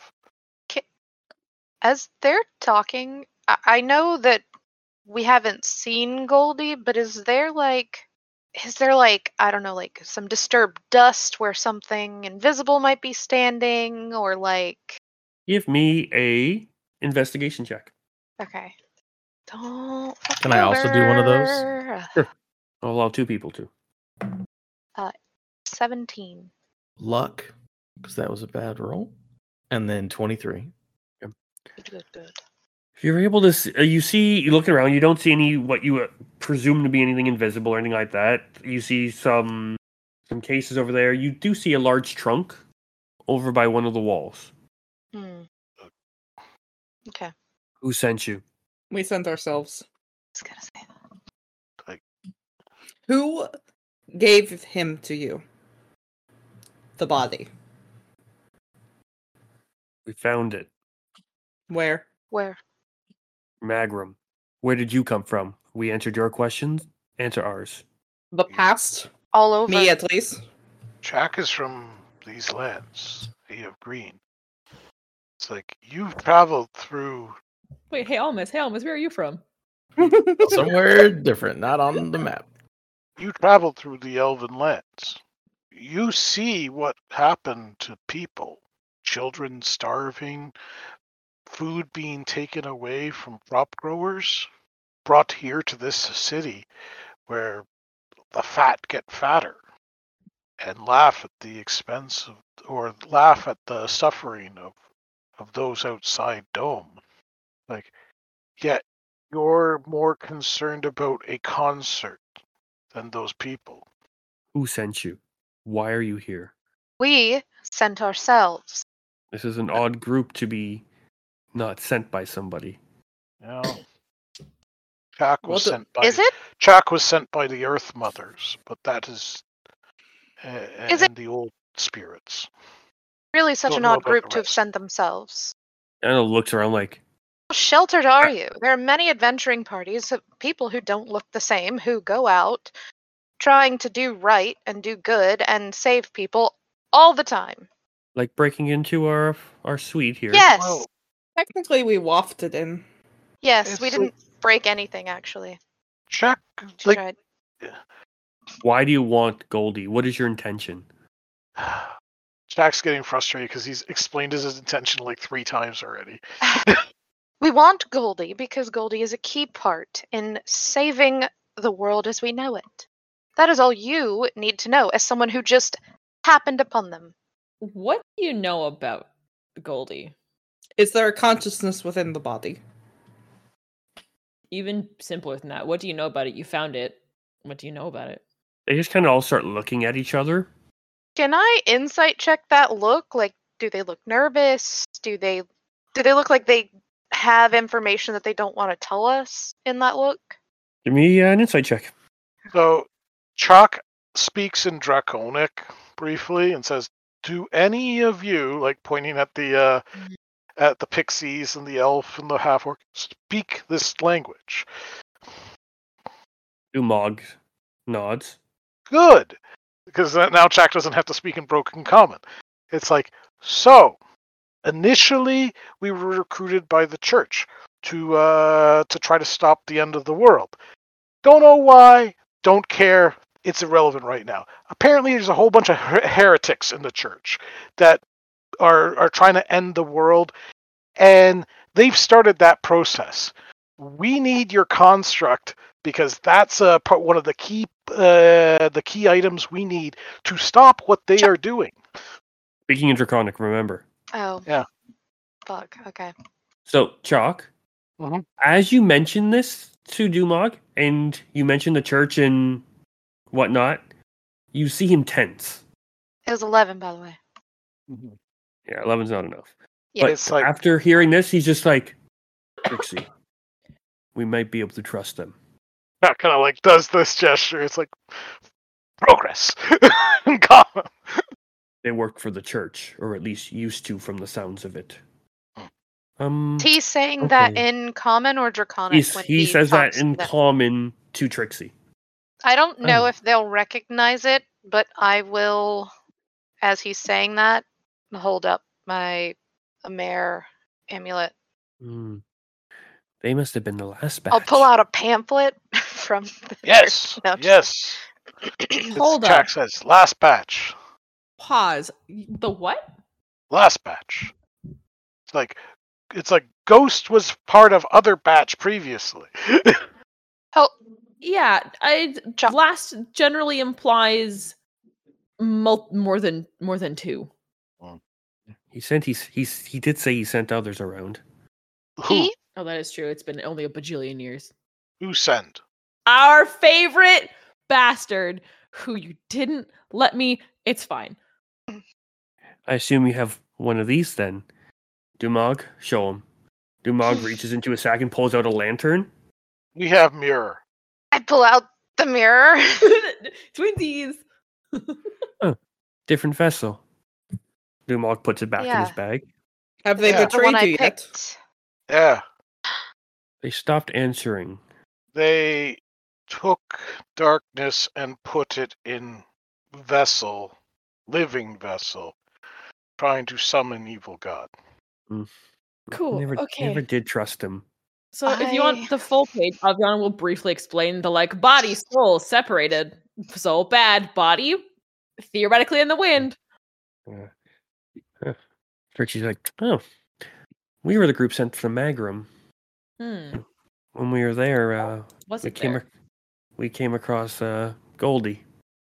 [SPEAKER 5] As they're talking, I, I know that we haven't seen Goldie, but is there like is there like I don't know, like some disturbed dust where something invisible might be standing or like
[SPEAKER 1] Give me a investigation check.
[SPEAKER 5] okay. Don't
[SPEAKER 2] Can I also do one of those?
[SPEAKER 5] over.
[SPEAKER 1] I'll allow two people to.
[SPEAKER 5] Seventeen.
[SPEAKER 2] Luck, because that was a bad roll. And then 23.
[SPEAKER 5] Good, good, good.
[SPEAKER 1] If you're able to, see, uh, you see, you look around, you don't see any what you uh, presume to be anything invisible or anything like that. You see some some cases over there. You do see a large trunk over by one of the walls.
[SPEAKER 5] Hmm. Okay. I
[SPEAKER 1] Who sent you?
[SPEAKER 3] We sent ourselves.
[SPEAKER 5] was gonna say that.
[SPEAKER 3] Who gave him to you? The body.
[SPEAKER 1] We found it,
[SPEAKER 3] Where?
[SPEAKER 5] Where?
[SPEAKER 1] Magram. Where did you come from? We answered your questions. Answer ours.
[SPEAKER 3] The past?
[SPEAKER 5] All over
[SPEAKER 3] Me, at least.
[SPEAKER 6] Jack is from these lands, Sea of Green. It's like you've traveled through.
[SPEAKER 4] Wait, hey Almas, hey Almas, where are you from?
[SPEAKER 2] Somewhere different, not on the map.
[SPEAKER 6] You traveled through the Elven lands. You see what happened to people, children starving, food being taken away from crop growers brought here to this city where the fat get fatter and laugh at the expense of or laugh at the suffering of of those outside dome like yet you're more concerned about a concert than those people
[SPEAKER 1] Who sent you? Why are you here?
[SPEAKER 5] We sent ourselves.
[SPEAKER 1] This is an odd group to be not sent by somebody.
[SPEAKER 6] now Chak
[SPEAKER 3] What
[SPEAKER 6] was
[SPEAKER 3] the-
[SPEAKER 6] sent by
[SPEAKER 5] Is it?
[SPEAKER 6] Chak was sent by the Earth Mothers, but that is, uh,
[SPEAKER 5] Is
[SPEAKER 6] and
[SPEAKER 5] it-
[SPEAKER 6] the old spirits.
[SPEAKER 5] Really such
[SPEAKER 6] Don't
[SPEAKER 5] an
[SPEAKER 6] know
[SPEAKER 5] odd
[SPEAKER 6] about the
[SPEAKER 5] group to have
[SPEAKER 6] rest.
[SPEAKER 5] sent themselves.
[SPEAKER 1] Anna looks around like,
[SPEAKER 5] How sheltered are you? There are many adventuring parties of people who don't look the same, who go out trying to do right and do good and save people all the time.
[SPEAKER 1] like breaking into our our suite here.
[SPEAKER 5] Yes.
[SPEAKER 6] Well,
[SPEAKER 3] Technically, we wafted in.
[SPEAKER 5] Yes, we
[SPEAKER 6] It's
[SPEAKER 5] didn't
[SPEAKER 6] like-
[SPEAKER 5] break anything actually.
[SPEAKER 6] Chak,
[SPEAKER 5] She
[SPEAKER 6] like,
[SPEAKER 5] tried.
[SPEAKER 1] Why do you want Goldie? What is your intention?
[SPEAKER 6] Chak's getting frustrated because he's explained his intention like three times already.
[SPEAKER 5] We want Goldie because Goldie is a key part in saving the world as we know it. That is all you need to know as someone who just happened upon them.
[SPEAKER 4] What do you know about Goldie?
[SPEAKER 3] Is there a consciousness within the body?
[SPEAKER 4] Even simpler than that. What do you know about it? You found it. What do you know about it?
[SPEAKER 1] They just kind of all start looking at each other.
[SPEAKER 5] Can I insight check that look? Like, do they look nervous? Do they do they look like they have information that they don't want to tell us in that look?
[SPEAKER 1] Give me uh, an insight check.
[SPEAKER 6] So Chak speaks in Draconic briefly and says, "Do any of you like pointing at the uh,
[SPEAKER 5] Mhm.
[SPEAKER 6] at the pixies and the elf and the half orc speak this language?"
[SPEAKER 1] Umog nods.
[SPEAKER 6] good because that- now Jack doesn't have to speak in broken common. It's like so. Initially, we were recruited by the church to uh, to try to stop the end of the world. Don't know why. Don't care. It's irrelevant right now. Apparently, there's a whole bunch of her- heretics in the church that are are trying to end the world, and they've started that process. We need your construct because that's uh, part, one of the key uh, the key items we need to stop what they are doing.
[SPEAKER 1] Speaking in Draconic, remember.
[SPEAKER 5] Oh.
[SPEAKER 6] Yeah.
[SPEAKER 5] Fuck. Okay.
[SPEAKER 1] So, Chalk,
[SPEAKER 5] Mm-hmm.
[SPEAKER 6] Mhm.
[SPEAKER 1] as you mentioned this to Dumog, and you mentioned the church and whatnot, you see him tense.
[SPEAKER 5] It was eleven, by the way.
[SPEAKER 1] Yeah, 11's not enough.
[SPEAKER 5] Yeah.
[SPEAKER 1] But
[SPEAKER 6] It's like-
[SPEAKER 1] after hearing this, he's just like, Trixie, we might be able to trust them.
[SPEAKER 6] Not kind of like does this gesture. It's like progress. Comma.
[SPEAKER 1] They work for the church, or at least used to from the sounds of it. Um,
[SPEAKER 5] He's saying that
[SPEAKER 1] Okay.
[SPEAKER 5] in common or draconic.
[SPEAKER 1] he's,
[SPEAKER 5] when
[SPEAKER 1] he says that
[SPEAKER 5] talks to
[SPEAKER 1] in
[SPEAKER 5] them.
[SPEAKER 1] common to Trixie.
[SPEAKER 5] I don't know
[SPEAKER 1] Oh.
[SPEAKER 5] if they'll recognize it, but I will, as he's saying that, hold up my Amer amulet.
[SPEAKER 1] Hmm. They must have been the last batch.
[SPEAKER 5] I'll pull out a pamphlet from. The
[SPEAKER 6] yes,
[SPEAKER 5] No, I'm just-
[SPEAKER 6] yes. It's-
[SPEAKER 4] Hold
[SPEAKER 6] Jack
[SPEAKER 4] up.
[SPEAKER 6] says last batch,
[SPEAKER 4] Pause. Y- The what?
[SPEAKER 6] last batch. It's like it's like ghost was part of other batch previously.
[SPEAKER 5] Oh,
[SPEAKER 4] Yeah, I
[SPEAKER 5] Jo-
[SPEAKER 4] last generally implies mul- more than more than two.
[SPEAKER 1] He sent. He's. He's. He did say he sent others around.
[SPEAKER 6] who
[SPEAKER 5] he?
[SPEAKER 4] Oh, that is true. It's been only a bajillion years.
[SPEAKER 6] who send?
[SPEAKER 4] Our favorite bastard, who you didn't let me. It's fine.
[SPEAKER 1] I assume you have one of these then. Dumog, show him. Dumog reaches into a sack and pulls out a lantern.
[SPEAKER 6] We have mirror.
[SPEAKER 5] I pull out the mirror.
[SPEAKER 4] Twinsies.
[SPEAKER 1] Different vessel. Dumog puts it back in
[SPEAKER 5] Yeah.
[SPEAKER 1] his bag.
[SPEAKER 3] Have they
[SPEAKER 6] Yeah. The
[SPEAKER 5] the
[SPEAKER 3] betrayed
[SPEAKER 5] one
[SPEAKER 3] you
[SPEAKER 5] I
[SPEAKER 3] yet?
[SPEAKER 5] picked.
[SPEAKER 6] Yeah,
[SPEAKER 1] They stopped answering.
[SPEAKER 6] they took darkness and put it in vessel, living vessel, trying to summon evil god.
[SPEAKER 4] Cool.
[SPEAKER 1] Never,
[SPEAKER 4] okay.
[SPEAKER 1] Never did trust him.
[SPEAKER 4] So if you
[SPEAKER 5] I-
[SPEAKER 4] want the full page, Aviana will briefly explain the like body, soul separated, soul bad, body Hmm. theoretically in the wind.
[SPEAKER 1] Trixie's like, oh, We were the group sent from Magrum.
[SPEAKER 4] Hmm.
[SPEAKER 1] When we were there, uh,
[SPEAKER 4] Was
[SPEAKER 1] we
[SPEAKER 4] it
[SPEAKER 1] came
[SPEAKER 4] there?
[SPEAKER 1] ac- we came across uh, Goldie.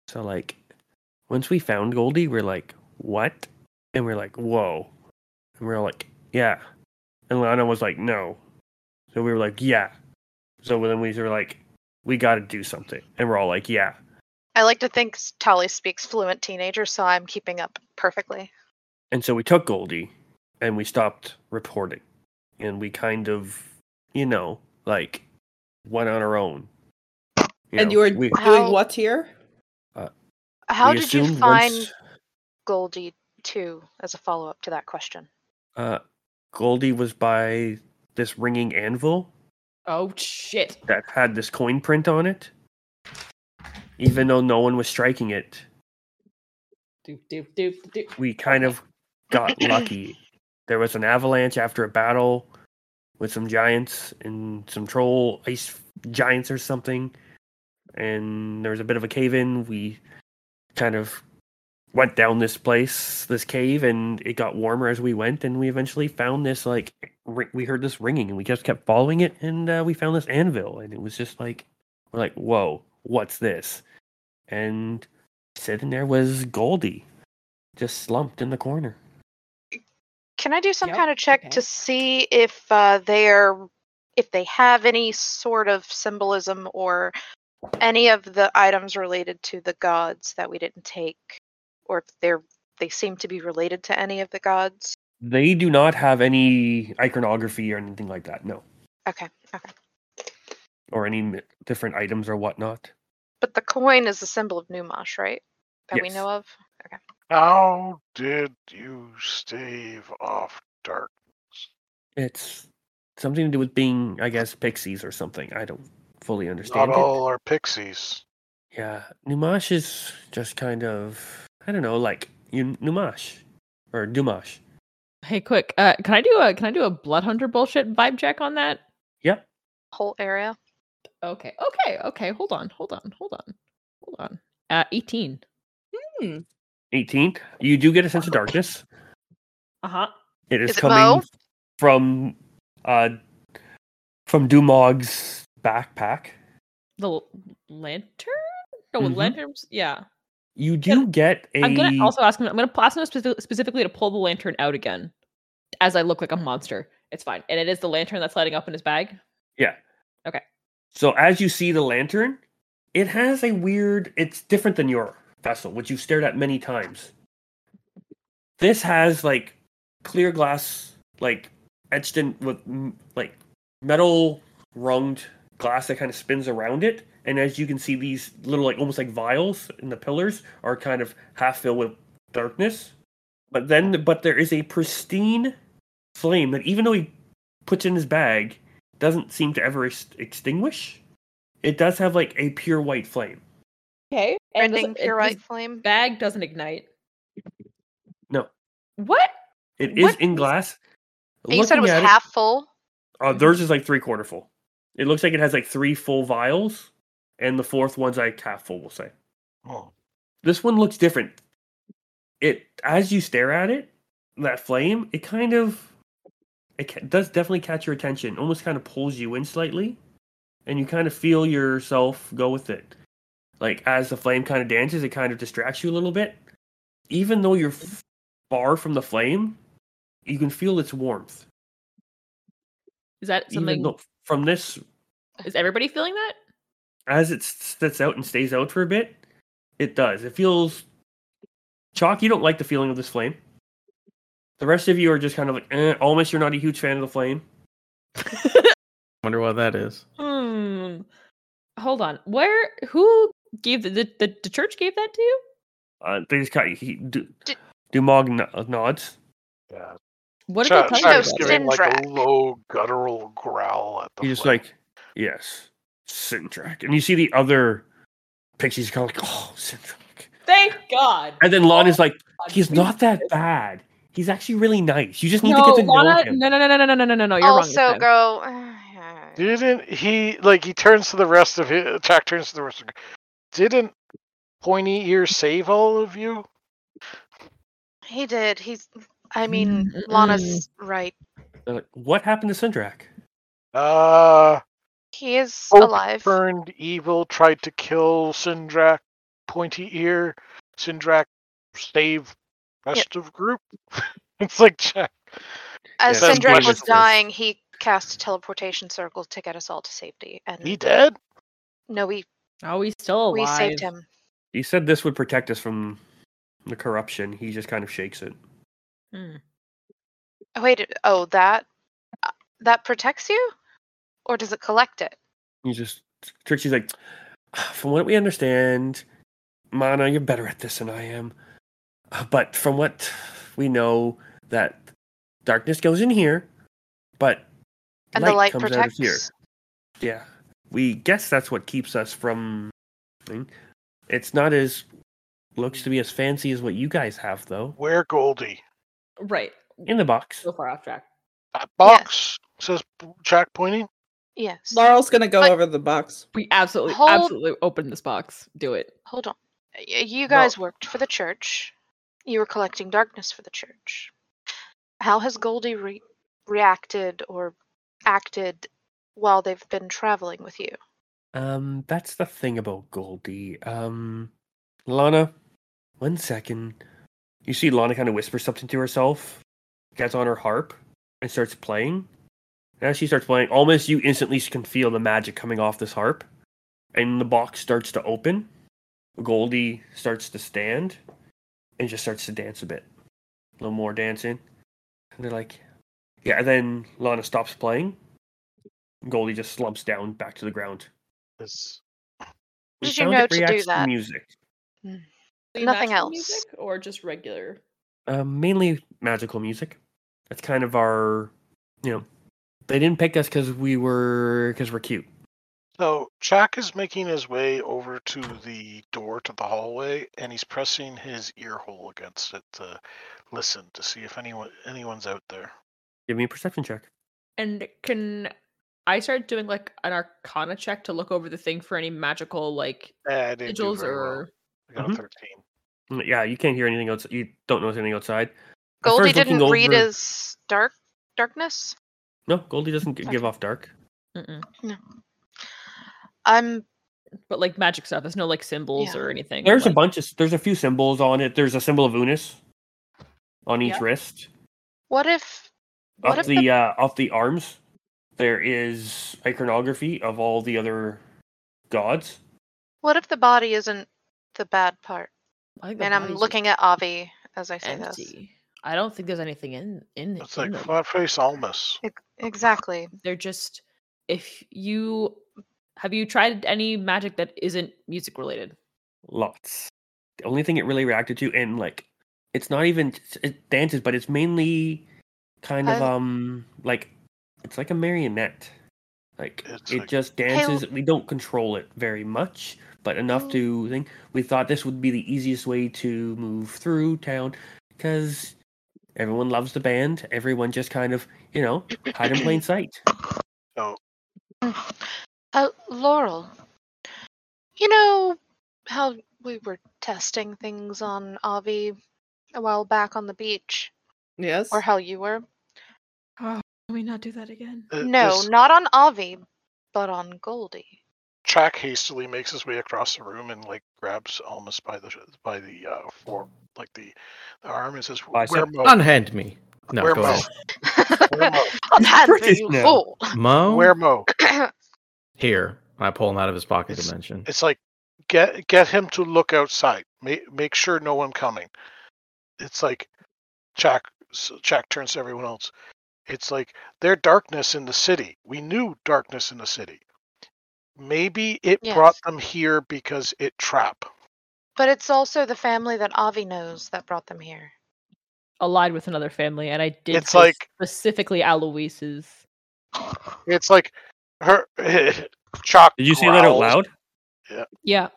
[SPEAKER 1] So like once we found Goldie, we're like, what? And we're like, whoa. And we're like, yeah. And Lana was like, no. So we were like, yeah. So then we were like, we got to do something. And we're all like, yeah.
[SPEAKER 5] I like to think s- Tali speaks fluent teenager, so I'm keeping up perfectly.
[SPEAKER 1] And so we took Goldie and we stopped reporting. And we kind of, you know, like went on our own.
[SPEAKER 3] and
[SPEAKER 1] know,
[SPEAKER 3] you were
[SPEAKER 1] we-
[SPEAKER 3] doing
[SPEAKER 5] How-
[SPEAKER 3] what here?
[SPEAKER 5] How
[SPEAKER 1] we
[SPEAKER 5] did you
[SPEAKER 1] assumed
[SPEAKER 5] find
[SPEAKER 1] once-
[SPEAKER 5] Goldie too? As a follow up to that question,
[SPEAKER 1] Uh, Goldie was by this ringing anvil
[SPEAKER 4] Oh shit!
[SPEAKER 1] that had this coin print on it, even though no one was striking it.
[SPEAKER 4] Doop doop doop doop.
[SPEAKER 1] We kind of got lucky. There was an avalanche after a battle with some giants and some troll ice giants or something, and there was a bit of a cave in. We kind of went down this place, this cave, and it got warmer as we went, and we eventually found this like ri- we heard this ringing, and we just kept following it, and uh, we found this anvil, and it was just like we're like, whoa, what's this? And sitting there was Goldie, just slumped in the corner.
[SPEAKER 5] can I do some
[SPEAKER 4] Yep,
[SPEAKER 5] kind of check
[SPEAKER 4] okay.
[SPEAKER 5] to see if uh, they're if they have any sort of symbolism or any of the items related to the gods that we didn't take, or if they're they seem to be related to any of the gods?
[SPEAKER 1] They do not have any iconography or anything like that, no,
[SPEAKER 5] Okay, okay.
[SPEAKER 1] or any m- different items or whatnot.
[SPEAKER 5] But the coin is the symbol of Numash, right? That we
[SPEAKER 1] Yes.
[SPEAKER 5] know of.
[SPEAKER 6] How did you stave off dark?
[SPEAKER 1] It's something to do with being, I guess, pixies or something. I don't fully understand
[SPEAKER 6] Not
[SPEAKER 1] it.
[SPEAKER 6] all are pixies.
[SPEAKER 1] Yeah, Numash is just kind of I don't know, like you Numash or Dumash.
[SPEAKER 4] Hey, quick! Uh, can I do a can I do a blood hunter bullshit vibe check on that?
[SPEAKER 1] Yep.
[SPEAKER 5] Whole area.
[SPEAKER 4] Okay, okay, okay. Hold on, hold on, hold on, hold on. Uh, eighteen.
[SPEAKER 1] Eighteen. You do get a sense of darkness.
[SPEAKER 4] Uh huh.
[SPEAKER 1] It is,
[SPEAKER 5] Is it
[SPEAKER 1] coming
[SPEAKER 5] Mo?
[SPEAKER 1] from uh from Dumog's backpack.
[SPEAKER 4] The l- lantern? No,
[SPEAKER 1] Mhm.
[SPEAKER 4] lanterns. Yeah.
[SPEAKER 1] You do get a
[SPEAKER 4] I'm gonna also ask him. I'm gonna ask him specifi- specifically to pull the lantern out again, as I look like a monster. It's fine, and it is the lantern that's lighting up in his bag.
[SPEAKER 1] Yeah.
[SPEAKER 4] Okay.
[SPEAKER 1] So as you see the lantern, it has a weird. It's different than your vessel, which you've stared at many times. This has like clear glass, like etched in with mm, like metal runged glass that kind of spins around it. And as you can see, these little like almost like vials in the pillars are kind of half filled with darkness. But then, but there is a pristine flame that even though he puts in his bag, doesn't seem to ever ex- extinguish. It does have like a pure white flame.
[SPEAKER 4] Okay.
[SPEAKER 5] I
[SPEAKER 4] And does-
[SPEAKER 5] think
[SPEAKER 4] it-
[SPEAKER 5] you're right,
[SPEAKER 4] his
[SPEAKER 5] Flame.
[SPEAKER 4] Bag doesn't ignite.
[SPEAKER 1] No.
[SPEAKER 4] What?
[SPEAKER 1] It is
[SPEAKER 4] What
[SPEAKER 1] in
[SPEAKER 4] is-
[SPEAKER 1] glass.
[SPEAKER 5] Oh, You said it
[SPEAKER 1] Looking at
[SPEAKER 5] was half full.
[SPEAKER 1] Uh, theirs is like three quarter full. It looks like it has like three full vials, and the fourth one's like half full. We'll say
[SPEAKER 6] Oh,
[SPEAKER 1] this one looks different. It as you stare at it, that flame, it kind of it ca- does definitely catch your attention. Almost kind of pulls you in slightly, and you kind of feel yourself go with it. Like as the flame kind of dances, it kind of distracts you a little bit. Even though you're f- far from the flame, you can feel its warmth.
[SPEAKER 4] Is that
[SPEAKER 1] Even
[SPEAKER 4] something?
[SPEAKER 1] though from this
[SPEAKER 4] Is everybody feeling that?
[SPEAKER 1] as it sits out and stays out for a bit, it does. It feels chalk. You don't like the feeling of this flame. The rest of you are just kind of like, eh, almost. You're not a huge fan of the flame.
[SPEAKER 2] Wonder why that is.
[SPEAKER 4] Hmm. Hold on. Where? Who gave the the, the, the church gave that to you?
[SPEAKER 1] Uh, they just kind of he, do,
[SPEAKER 5] Did-
[SPEAKER 1] Dumog no- nods.
[SPEAKER 6] yeah.
[SPEAKER 4] What did
[SPEAKER 6] Chuck-
[SPEAKER 4] they tell you?
[SPEAKER 5] Shadow
[SPEAKER 4] About it?
[SPEAKER 6] Chuck's
[SPEAKER 5] skin.
[SPEAKER 6] giving like a
[SPEAKER 5] Syndrak.
[SPEAKER 6] low guttural growl at the.
[SPEAKER 1] He's just
[SPEAKER 6] flame.
[SPEAKER 1] like, yes, Sintrak. And you see the other pixies kind of like, oh, Sintrak.
[SPEAKER 4] Thank God.
[SPEAKER 1] And then Lana's like,
[SPEAKER 4] God,
[SPEAKER 1] he's
[SPEAKER 4] please.
[SPEAKER 1] not that bad. He's actually really nice. You just need
[SPEAKER 4] no,
[SPEAKER 1] to get to know
[SPEAKER 4] Lana,
[SPEAKER 1] him.
[SPEAKER 4] No, no, no, no, no, no, no, no, no. Oh, You're wrong. this
[SPEAKER 5] also,
[SPEAKER 4] time.
[SPEAKER 5] go.
[SPEAKER 6] Didn't he like he turns to the rest of his Jack turns to the rest of Didn't Pointy Ear save all of you?
[SPEAKER 5] He did. He's. I mean,
[SPEAKER 4] Mm,
[SPEAKER 5] Lana's right.
[SPEAKER 1] They're like, what happened to Sindrak?
[SPEAKER 6] Uh,
[SPEAKER 5] He is
[SPEAKER 6] Hope
[SPEAKER 5] alive.
[SPEAKER 6] turned evil, tried to kill Sindrak, pointy ear. Sindrak, save rest of group. it's like Jack.
[SPEAKER 5] As
[SPEAKER 6] Yeah, that's
[SPEAKER 5] Sindrak was
[SPEAKER 6] wonderful.
[SPEAKER 5] dying, he cast a teleportation circle to get us all to safety. And
[SPEAKER 6] He dead?
[SPEAKER 5] no, we
[SPEAKER 4] Oh, he's still alive.
[SPEAKER 5] we saved him.
[SPEAKER 1] He said this would protect us from the corruption. He just kind of shakes it.
[SPEAKER 4] Hmm.
[SPEAKER 5] Oh, wait, oh that uh, that protects you, or does it collect it?
[SPEAKER 1] He just Trixie's like, "Ah, from what we understand, Mana, you're better at this than I am. Uh, But from what we know, that darkness goes in here, but
[SPEAKER 5] And the light
[SPEAKER 1] comes
[SPEAKER 5] protects.
[SPEAKER 1] out of here. Yeah, we guess that's what keeps us from. thing. It's not as looks to be as fancy as what you guys have, though.
[SPEAKER 6] Where Goldie?
[SPEAKER 4] Right.
[SPEAKER 1] In the box,
[SPEAKER 4] Mm. So far off track.
[SPEAKER 6] That box says Jack pointing.
[SPEAKER 5] Yes.
[SPEAKER 3] Laurel's gonna go
[SPEAKER 5] But-
[SPEAKER 3] over the box.
[SPEAKER 4] We absolutely,
[SPEAKER 5] Hold-
[SPEAKER 4] absolutely open this box. Do it.
[SPEAKER 5] Hold on. Y- You guys worked for the church. You were collecting darkness for the church. How has Goldie re- reacted or acted while they've been traveling with you?
[SPEAKER 1] Um, that's the thing about Goldie. Um, Lana, one second. You see Lana kind of whisper something to herself, gets on her harp, and starts playing. And as she starts playing, almost you instantly can feel the magic coming off this harp. And the box starts to open. Goldie starts to stand and just starts to dance a bit. A little more dancing. And they're like, yeah, and then Lana stops playing. Goldie just slumps down back to the ground.
[SPEAKER 6] It's
[SPEAKER 1] We
[SPEAKER 5] Did you
[SPEAKER 1] found
[SPEAKER 5] know
[SPEAKER 1] it
[SPEAKER 5] to do
[SPEAKER 1] reacts
[SPEAKER 5] that?
[SPEAKER 1] music,
[SPEAKER 4] Like
[SPEAKER 5] Nothing
[SPEAKER 4] magical
[SPEAKER 5] else.
[SPEAKER 4] music or just regular.
[SPEAKER 1] um, mainly magical music. That's kind of our, you know, they didn't pick us because we were because we're cute.
[SPEAKER 6] So Jack is making his way over to the door to the hallway, and he's pressing his ear hole against it to listen to see if anyone anyone's out there.
[SPEAKER 1] Give me a perception check.
[SPEAKER 4] And can I start doing like an arcana check to look over the thing for any magical like
[SPEAKER 6] Eh, I didn't do
[SPEAKER 4] sigils
[SPEAKER 6] very well.
[SPEAKER 4] or
[SPEAKER 6] I got
[SPEAKER 1] Mhm.
[SPEAKER 5] mm-hmm.
[SPEAKER 6] a thirteen.
[SPEAKER 1] Mm, Yeah, you can't hear anything outside. You don't notice anything outside. At
[SPEAKER 5] Goldie
[SPEAKER 1] first looking
[SPEAKER 5] didn't read
[SPEAKER 1] over-
[SPEAKER 5] as dark darkness.
[SPEAKER 1] No, Goldie doesn't g- give off dark.
[SPEAKER 4] Mm-mm.
[SPEAKER 5] I'm
[SPEAKER 4] but like magic stuff. There's no like symbols
[SPEAKER 5] Yeah.
[SPEAKER 4] or anything.
[SPEAKER 1] There's a
[SPEAKER 4] like-
[SPEAKER 1] bunch of there's a few symbols on it. There's a symbol of Unis on each
[SPEAKER 4] Yeah.
[SPEAKER 1] wrist.
[SPEAKER 5] what if what
[SPEAKER 1] Off
[SPEAKER 5] if
[SPEAKER 1] the,
[SPEAKER 5] the,
[SPEAKER 1] uh, off the arms, there is iconography of all the other gods.
[SPEAKER 5] what if the body isn't the bad part?
[SPEAKER 4] I think the
[SPEAKER 5] And I'm
[SPEAKER 4] body's just
[SPEAKER 5] looking at Avi as I say this.
[SPEAKER 4] empty. I don't think there's anything in in,
[SPEAKER 6] It's
[SPEAKER 4] in
[SPEAKER 6] like
[SPEAKER 4] them.
[SPEAKER 6] flat face Almas.
[SPEAKER 5] Ex- Exactly.
[SPEAKER 4] They're just if you have you tried any magic that isn't music related?
[SPEAKER 1] lots. The only thing it really reacted to, and like, it's not even it dances, but it's mainly kind of
[SPEAKER 5] I-
[SPEAKER 1] um like it's like a marionette. Like
[SPEAKER 6] It's
[SPEAKER 1] it
[SPEAKER 6] like-
[SPEAKER 1] just dances. we don't control it very much, but enough
[SPEAKER 5] Mm.
[SPEAKER 1] to think. We thought this would be the easiest way to move through town because everyone loves the band. Everyone just kind of you know hide in plain sight.
[SPEAKER 6] So
[SPEAKER 5] Uh, Laurel, you know how we were testing things on Avi a while back on the beach,
[SPEAKER 3] Yes.
[SPEAKER 5] or how you were?
[SPEAKER 4] Can we not do that again?
[SPEAKER 6] th-
[SPEAKER 5] no,
[SPEAKER 6] this
[SPEAKER 5] not on Avi, but on Goldie.
[SPEAKER 6] Jack hastily makes his way across the room and like grabs Almas by the by the uh form, like the, the arm, and says, "Where
[SPEAKER 1] Bicep.
[SPEAKER 6] Mo?
[SPEAKER 2] Unhand me. No,
[SPEAKER 6] Oh. Where
[SPEAKER 2] go
[SPEAKER 6] Mo?
[SPEAKER 2] ahead.
[SPEAKER 5] I'm happy,
[SPEAKER 1] British
[SPEAKER 5] you
[SPEAKER 1] now.
[SPEAKER 5] fool.
[SPEAKER 2] Mo
[SPEAKER 6] Where Mo?"
[SPEAKER 2] here. I pull him out of his pocket to mention.
[SPEAKER 6] It's like get get him to look outside. Make make sure no one coming. It's like Jack s- Jack turns to everyone else. It's like there darkness in the city. We knew darkness in the city. Maybe it brought
[SPEAKER 5] Yes.
[SPEAKER 6] them here because it trap.
[SPEAKER 5] But it's also the family that Avi knows that brought them here.
[SPEAKER 4] Allied with another family, and I did.
[SPEAKER 6] It's
[SPEAKER 4] say
[SPEAKER 6] like-
[SPEAKER 4] specifically Aloise's.
[SPEAKER 6] It's like her Chuck.
[SPEAKER 1] Did you say that out
[SPEAKER 6] growls.
[SPEAKER 1] loud?
[SPEAKER 4] Yeah,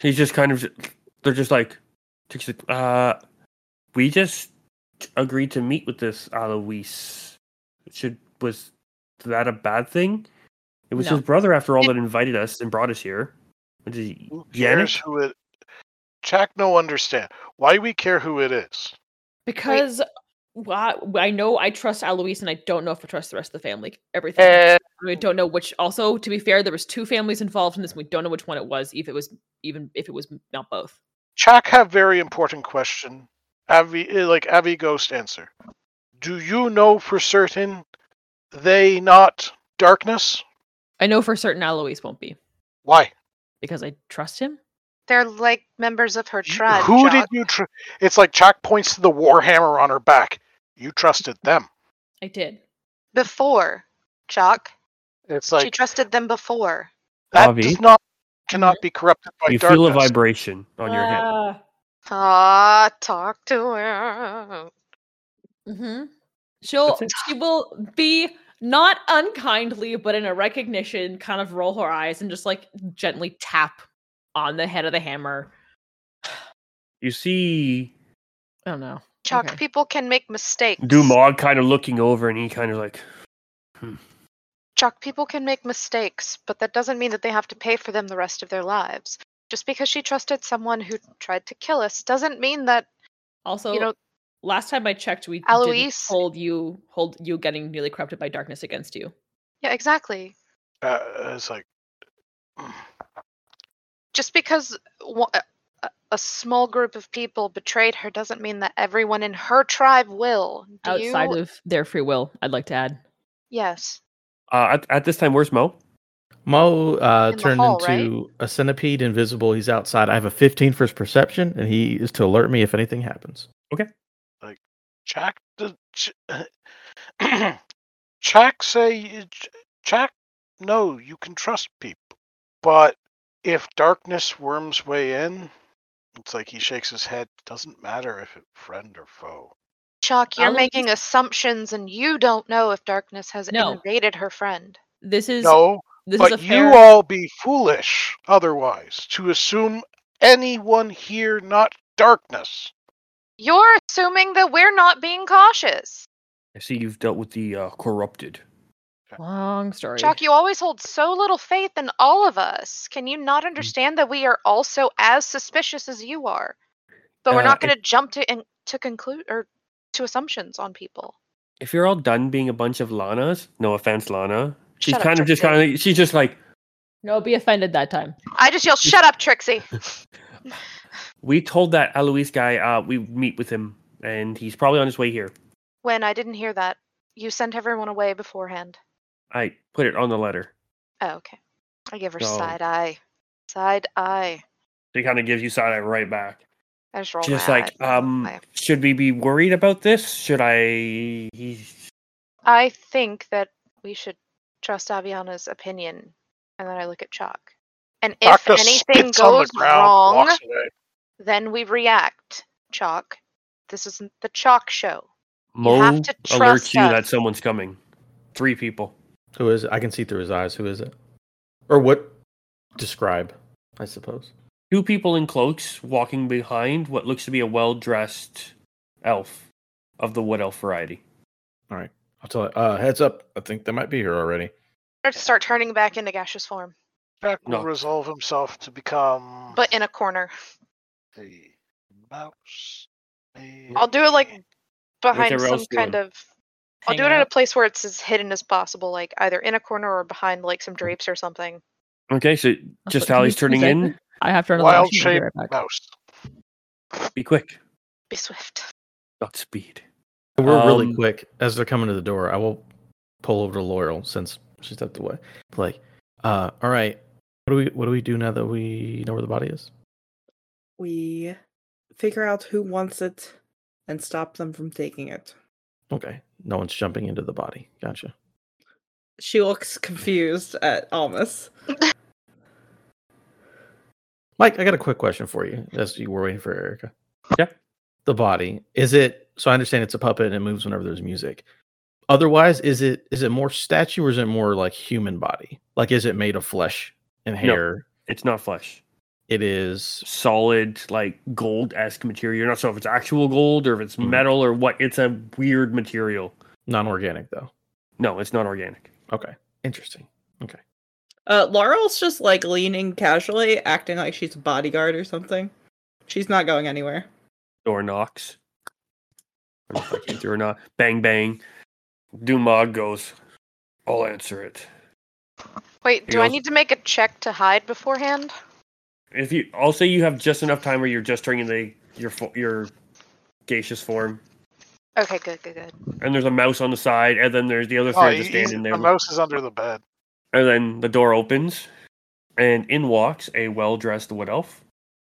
[SPEAKER 1] He's just kind of. They're just like, just like, uh, we just agreed to meet with this Alois. Should was that a bad thing? It was
[SPEAKER 4] No.
[SPEAKER 1] his brother, after all, that invited us and brought us here. Which is
[SPEAKER 6] Who cares
[SPEAKER 1] Yannick.
[SPEAKER 6] who it? Chuck no understand why we care who it is.
[SPEAKER 4] because Well, I know I trust Aloise, and I don't know if I trust the rest of the family. Everything.
[SPEAKER 6] Eh.
[SPEAKER 5] Uh,
[SPEAKER 4] we don't know which. Also, to be fair, there was two families involved in this. And we don't know which one it was. If it was even if it was not both.
[SPEAKER 6] Chak have very important question. Avi eh, like Avi Ghost answer. Do you know for certain they not darkness?
[SPEAKER 4] I know for certain Aloise won't be
[SPEAKER 6] Why?
[SPEAKER 4] because I trust him.
[SPEAKER 5] they're like members of her
[SPEAKER 6] You-
[SPEAKER 5] tribe.
[SPEAKER 6] Who
[SPEAKER 5] Jock.
[SPEAKER 6] did you tr- It's like Chak points to the warhammer on her back. You trusted them.
[SPEAKER 4] I did.
[SPEAKER 5] before? Jock.
[SPEAKER 6] It's
[SPEAKER 5] she
[SPEAKER 6] like
[SPEAKER 5] trusted them before.
[SPEAKER 6] that
[SPEAKER 1] Avi?
[SPEAKER 6] does not cannot be corrupted by
[SPEAKER 1] you
[SPEAKER 6] darkness.
[SPEAKER 1] feel a vibration on your hand.
[SPEAKER 4] head.
[SPEAKER 5] Ah, talk to her.
[SPEAKER 4] hmm She'll
[SPEAKER 1] That's it.
[SPEAKER 4] she will be not unkindly, but in a recognition, kind of roll her eyes and just like gently tap on the head of the hammer.
[SPEAKER 1] You see
[SPEAKER 4] I don't know.
[SPEAKER 5] Chalk
[SPEAKER 4] Okay.
[SPEAKER 5] people can make mistakes.
[SPEAKER 1] Dumog kind of looking over, and he kind of like,
[SPEAKER 5] Chalk people can make mistakes, but that doesn't mean that they have to pay for them the rest of their lives. Just because she trusted someone who tried to kill us doesn't mean that
[SPEAKER 4] Also,
[SPEAKER 5] you know.
[SPEAKER 4] last time I checked, we didn't
[SPEAKER 5] Aloise-
[SPEAKER 4] hold you hold you getting nearly corrupted by darkness against you.
[SPEAKER 5] Yeah, exactly.
[SPEAKER 6] Uh, it's like
[SPEAKER 5] Just because wa- a- a- a small group of people betrayed her doesn't mean that everyone in her tribe will. Do
[SPEAKER 4] Outside
[SPEAKER 5] you?
[SPEAKER 4] of their free will, I'd like to add.
[SPEAKER 5] yes.
[SPEAKER 1] uh, at, at this time, where's Mo?
[SPEAKER 2] Mo uh,
[SPEAKER 5] In the
[SPEAKER 2] turned
[SPEAKER 5] hall, right?
[SPEAKER 2] into a centipede, invisible. He's outside. I have a 15 for his perception, and he is to alert me if anything happens.
[SPEAKER 6] Chak the Chak uh, say Chak no, you can trust people. But if darkness worms way in, it's like he shakes his head, doesn't matter if it friend or foe.
[SPEAKER 5] Chalk, you're
[SPEAKER 4] Alois-
[SPEAKER 5] making assumptions and you don't know if darkness has
[SPEAKER 4] No.
[SPEAKER 5] invaded her friend.
[SPEAKER 4] This is
[SPEAKER 6] No,
[SPEAKER 4] this is a
[SPEAKER 6] but
[SPEAKER 4] fair
[SPEAKER 6] you all be foolish otherwise to assume anyone here not darkness.
[SPEAKER 5] You're assuming that we're not being cautious.
[SPEAKER 1] I see you've dealt with the uh, corrupted.
[SPEAKER 4] long story.
[SPEAKER 5] Chalk, you always hold so little faith in all of us. Can you
[SPEAKER 1] Mm-hmm.
[SPEAKER 5] not understand that we are also as suspicious as you are? But we're
[SPEAKER 1] Uh,
[SPEAKER 5] not
[SPEAKER 1] it-
[SPEAKER 5] going to jump to in, to conclude or to assumptions on people.
[SPEAKER 1] If you're all done being a bunch of Lanas, no offense, Lana, she's
[SPEAKER 5] Shut up,
[SPEAKER 1] kind of just
[SPEAKER 5] Trixie.
[SPEAKER 1] kind of she's just like,
[SPEAKER 4] no, be offended that time.
[SPEAKER 5] I just yell, "Shut up, Trixie!"
[SPEAKER 1] we told that Eloise guy uh, we meet with him, and he's probably on his way here.
[SPEAKER 5] when I didn't hear that, you sent everyone away beforehand.
[SPEAKER 1] I put it on the letter.
[SPEAKER 5] Oh, okay. I give her
[SPEAKER 1] No.
[SPEAKER 5] side eye. Side eye.
[SPEAKER 1] She kind of gives you side eye right back.
[SPEAKER 5] I just roll
[SPEAKER 1] She's
[SPEAKER 5] my
[SPEAKER 1] just like,
[SPEAKER 5] eyes.
[SPEAKER 1] um,
[SPEAKER 5] I-
[SPEAKER 1] should we be worried about this? Should I? He's
[SPEAKER 5] I think that we should trust Aviana's opinion. And then I look at Chalk. And if
[SPEAKER 6] Darkness
[SPEAKER 5] anything
[SPEAKER 6] spits on the
[SPEAKER 5] goes
[SPEAKER 6] ground,
[SPEAKER 5] wrong,
[SPEAKER 6] walks away.
[SPEAKER 5] then we react. Chalk, this isn't the Chalk show.
[SPEAKER 1] Mo
[SPEAKER 5] have to
[SPEAKER 1] alerts
[SPEAKER 5] trust
[SPEAKER 1] you
[SPEAKER 5] us.
[SPEAKER 1] that someone's coming. Three people.
[SPEAKER 2] Who is it? I can see through his eyes. Who is it? Or what? Describe, I suppose.
[SPEAKER 1] Two people in cloaks walking behind what looks to be a well dressed elf of the wood elf variety.
[SPEAKER 2] I'll tell it. Uh, heads up. I think they might be here already.
[SPEAKER 5] Or to start turning back into gaseous form,
[SPEAKER 6] Jack will
[SPEAKER 1] No.
[SPEAKER 6] resolve himself to become
[SPEAKER 5] but in a corner.
[SPEAKER 6] a mouse. a-
[SPEAKER 5] I'll do it like behind
[SPEAKER 1] everyone
[SPEAKER 5] some
[SPEAKER 1] else
[SPEAKER 5] kind
[SPEAKER 1] doing?
[SPEAKER 5] of. I'll
[SPEAKER 4] Hang
[SPEAKER 5] do it in a
[SPEAKER 4] out.
[SPEAKER 5] place where it's as hidden as possible, like either in a corner or behind like some drapes or something.
[SPEAKER 1] Okay, so just
[SPEAKER 4] Can
[SPEAKER 1] how
[SPEAKER 4] you
[SPEAKER 1] he's
[SPEAKER 4] please
[SPEAKER 1] turning
[SPEAKER 4] open?
[SPEAKER 1] in,
[SPEAKER 4] I have to run to the
[SPEAKER 6] wild
[SPEAKER 4] washroom, I'll be
[SPEAKER 6] shaped
[SPEAKER 4] right back.
[SPEAKER 6] mouse.
[SPEAKER 1] be quick.
[SPEAKER 5] Be swift.
[SPEAKER 1] Not speed.
[SPEAKER 2] We're really
[SPEAKER 1] Um,
[SPEAKER 2] quick as they're coming to the door. I will pull over to Laurel since she stepped away. Like, uh, all right. What do we What do we do now that we know where the body is?
[SPEAKER 3] We figure out who wants it and stop them from taking it.
[SPEAKER 2] Okay, no one's jumping into the body. Gotcha.
[SPEAKER 3] She looks confused at Almas.
[SPEAKER 2] Mike, I got a quick question for you as you were waiting for Erica.
[SPEAKER 1] Yeah.
[SPEAKER 2] The body. Is it so I understand it's a puppet and it moves whenever there's music. Otherwise, is it is it more statue or is it more like human body? Like is it made of flesh and hair?
[SPEAKER 1] It's not flesh.
[SPEAKER 2] It is
[SPEAKER 1] Solid, like gold esque material. You're not sure if it's actual gold or if it's
[SPEAKER 2] Mhm.
[SPEAKER 1] metal or what. It's a weird material.
[SPEAKER 2] non-organic though.
[SPEAKER 1] No, it's not organic.
[SPEAKER 2] Okay. Interesting.
[SPEAKER 3] Uh, Laurel's just like leaning casually, acting like she's a bodyguard or something. She's not going anywhere.
[SPEAKER 1] Door knocks. I don't know if I came through or not. Bang bang. Dumog goes. I'll answer it.
[SPEAKER 5] Wait,
[SPEAKER 1] He
[SPEAKER 5] do I
[SPEAKER 1] goes-
[SPEAKER 5] need to make a check to hide beforehand?
[SPEAKER 1] If you, I'll say you have just enough time where you're just turning the your fo- your gaseous form,
[SPEAKER 5] Okay, good, good, good.
[SPEAKER 1] and there's a mouse on the side, and then there's the other
[SPEAKER 6] Oh,
[SPEAKER 1] three just
[SPEAKER 6] he- he's-
[SPEAKER 1] standing there.
[SPEAKER 6] the mouse is under the bed.
[SPEAKER 1] And then the door opens, and in walks a well dressed wood elf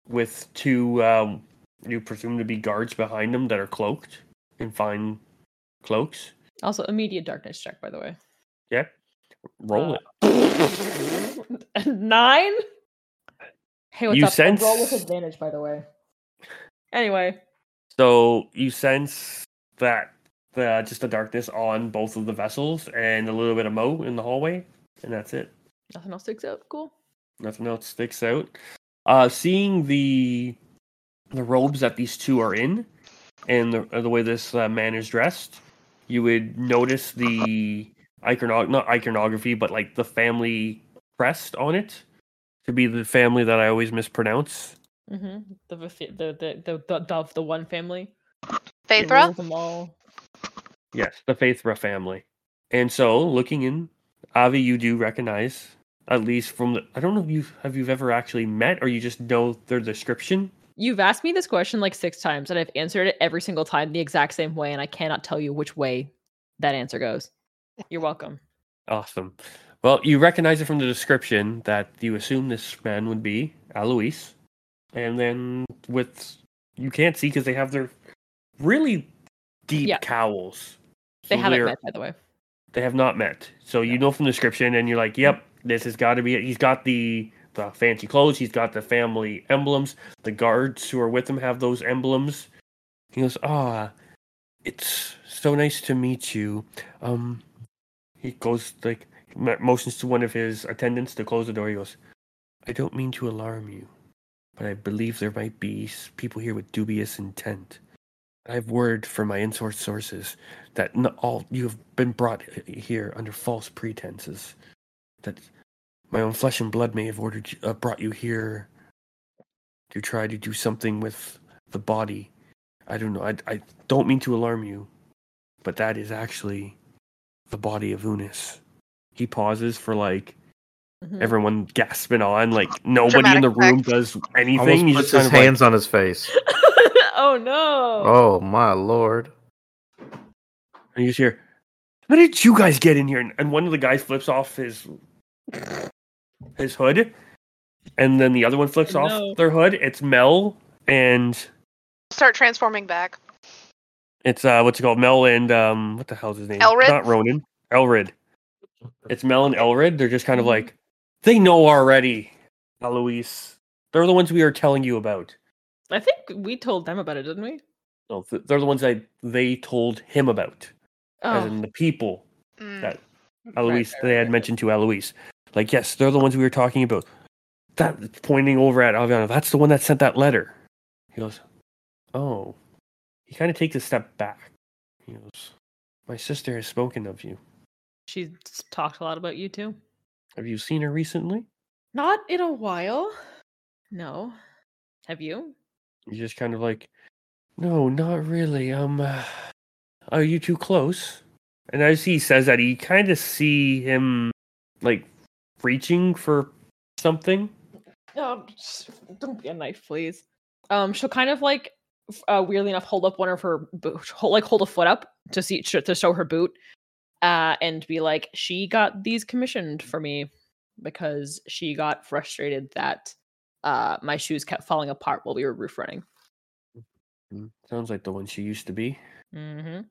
[SPEAKER 1] with two, um, you presume to be guards behind him that are cloaked in fine cloaks.
[SPEAKER 4] Also, immediate darkness check, by the way.
[SPEAKER 1] Yeah. Roll it.
[SPEAKER 4] Nine. Hey, what's
[SPEAKER 1] You
[SPEAKER 4] up? And Roll with
[SPEAKER 1] sense-
[SPEAKER 4] advantage, by the way. Anyway,
[SPEAKER 1] So you sense that the, just the darkness on both of the vessels and a little bit of moe in the hallway, and that's it.
[SPEAKER 4] nothing else sticks out. Cool.
[SPEAKER 1] Nothing else sticks out. Uh, seeing the the robes that these two are in, and the, uh, the way this uh, man is dressed, you would notice the iconog not iconography, but like the family crest on it, to be the family that I always mispronounce.
[SPEAKER 4] hmm The, the the the the dove, the one family. They
[SPEAKER 5] Phaethra?
[SPEAKER 4] rule them all.
[SPEAKER 1] Yes, the Faithra family. And so, looking in, Avi, you do recognize at least from the. I don't know if you have you've ever actually met, or you just know their description.
[SPEAKER 4] You've asked me this question like six times, and I've answered it every single time the exact same way, and I cannot tell you which way that answer goes. You're welcome.
[SPEAKER 1] Awesome. Well, you recognize it from the description that you assume this man would be Alois, and then with you can't see because they have their really deep
[SPEAKER 4] Yeah.
[SPEAKER 1] cowls.
[SPEAKER 4] They
[SPEAKER 1] So
[SPEAKER 4] haven't
[SPEAKER 1] they're-
[SPEAKER 4] met, by the way.
[SPEAKER 1] They have not met. So you know from the description, and you're like, "Yep, this has got to be it." He's got the the fancy clothes. He's got the family emblems. The guards who are with him have those emblems. He goes, "Ah, it's so nice to meet you." Um, he goes like mo- motions to one of his attendants to close the door. He goes, "I don't mean to alarm you, but I believe there might be s- people here with dubious intent. I have word from my insource sources." that n all you have been brought h- here under false pretenses. That my own flesh and blood may have ordered you, uh, brought you here to try to do something with the body. I don't know. I, I don't mean to alarm you, but that is actually the body of Unis. He pauses for like
[SPEAKER 4] Mhm.
[SPEAKER 1] everyone gasping on, like nobody in
[SPEAKER 5] Dramatic
[SPEAKER 1] the room
[SPEAKER 5] effect.
[SPEAKER 1] does anything.
[SPEAKER 2] Almost
[SPEAKER 1] He's
[SPEAKER 2] puts
[SPEAKER 1] just
[SPEAKER 2] his
[SPEAKER 1] kind of like-
[SPEAKER 2] hands on his face.
[SPEAKER 4] oh no!
[SPEAKER 2] Oh my lord!
[SPEAKER 1] And you just hear, "How did you guys get in here?" And- And one of the guys flips off his his hood, and then the other one flips off
[SPEAKER 4] No.
[SPEAKER 1] their hood. It's Mel and
[SPEAKER 5] Start transforming back.
[SPEAKER 1] it's uh, what's it called? Mel and um, what the hell's his name?
[SPEAKER 5] Elrid?
[SPEAKER 1] Not Ronan. Elrid. It's Mel and Elrid. They're just kind of
[SPEAKER 4] Mhm.
[SPEAKER 1] like, they know already, Eloise. They're the ones we were telling you about.
[SPEAKER 4] I think we told them about it, didn't we?
[SPEAKER 1] No, th- they're the ones that they told him about, as
[SPEAKER 4] Oh,
[SPEAKER 1] in the people
[SPEAKER 5] Mm.
[SPEAKER 1] That- Eloise,
[SPEAKER 4] right,
[SPEAKER 1] they
[SPEAKER 4] right,
[SPEAKER 1] had
[SPEAKER 4] right.
[SPEAKER 1] mentioned to Eloise. Like, yes, they're the ones we were talking about. That pointing over at Aviana, that's the one that sent that letter. He goes, Oh. He kind of takes a step back. He goes, My sister has spoken of you.
[SPEAKER 4] she's talked a lot about you too.
[SPEAKER 1] Have you seen her recently?
[SPEAKER 4] Not in a while. No. Have you?
[SPEAKER 1] He's just kind of like, No, not really. Um, uh, are you too close? And as he says that, you kind of see him like reaching for something.
[SPEAKER 4] No, Um, just- don't be a knife, please. Um, she'll kind of like, f- uh, weirdly enough, hold up one of her bo- hold, like hold a foot up to see sh- to show her boot, uh, and be like, she got these commissioned for me because she got frustrated that uh my shoes kept falling apart while we were roof running.
[SPEAKER 1] "Hmm, Sounds like the one she used to be.
[SPEAKER 4] Mm-hmm.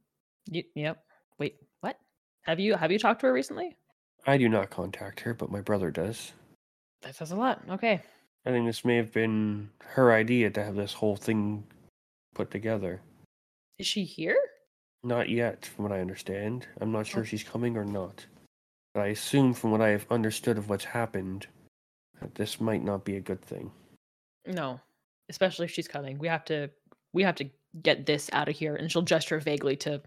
[SPEAKER 4] yep. Wait, what? Have you have you talked to her recently?
[SPEAKER 1] I do not contact her, but my brother does.
[SPEAKER 4] That says a lot. Okay.
[SPEAKER 1] I think this may have been her idea to have this whole thing put together.
[SPEAKER 4] Is she here?
[SPEAKER 1] Not yet, from what I understand. I'm not sure if she's coming or not. But I assume, from what I have understood of what's happened, that this might not be a good thing.
[SPEAKER 4] No, especially if she's coming. We have to we have to get this out of here. And she'll gesture vaguely to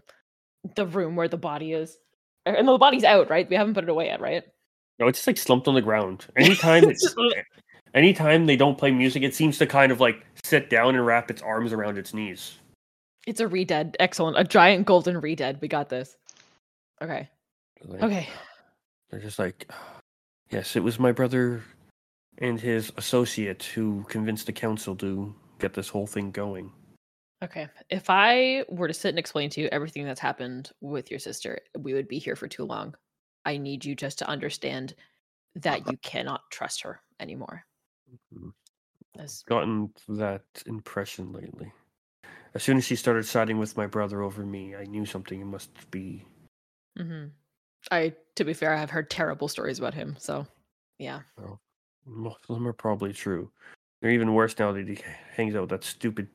[SPEAKER 4] the room where the body is. Er, And the body's out, right? We haven't put it away yet, right?
[SPEAKER 1] No, it's just like slumped on the ground. Anytime,
[SPEAKER 4] It's
[SPEAKER 1] it's,
[SPEAKER 4] just like-
[SPEAKER 1] anytime they don't play music, it seems to kind of like sit down and wrap its arms around its knees.
[SPEAKER 4] It's a redead. Excellent. A giant golden redead. We got this. Okay.
[SPEAKER 1] Like,
[SPEAKER 4] Okay.
[SPEAKER 1] They're just like, yes, it was my brother and his associate who convinced the council to get this whole thing going.
[SPEAKER 4] Okay. If I were to sit and explain to you everything that's happened with your sister, we would be here for too long. I need you just to understand that you cannot trust her anymore.
[SPEAKER 1] Mhm.
[SPEAKER 4] That's-
[SPEAKER 1] Gotten that impression lately. As soon as she started siding with my brother over me, I knew something must be.
[SPEAKER 4] mhm. I, to be fair, I have heard terrible stories about him. So, yeah.
[SPEAKER 1] Most of them are probably true. They're even worse now that he hangs out with that stupid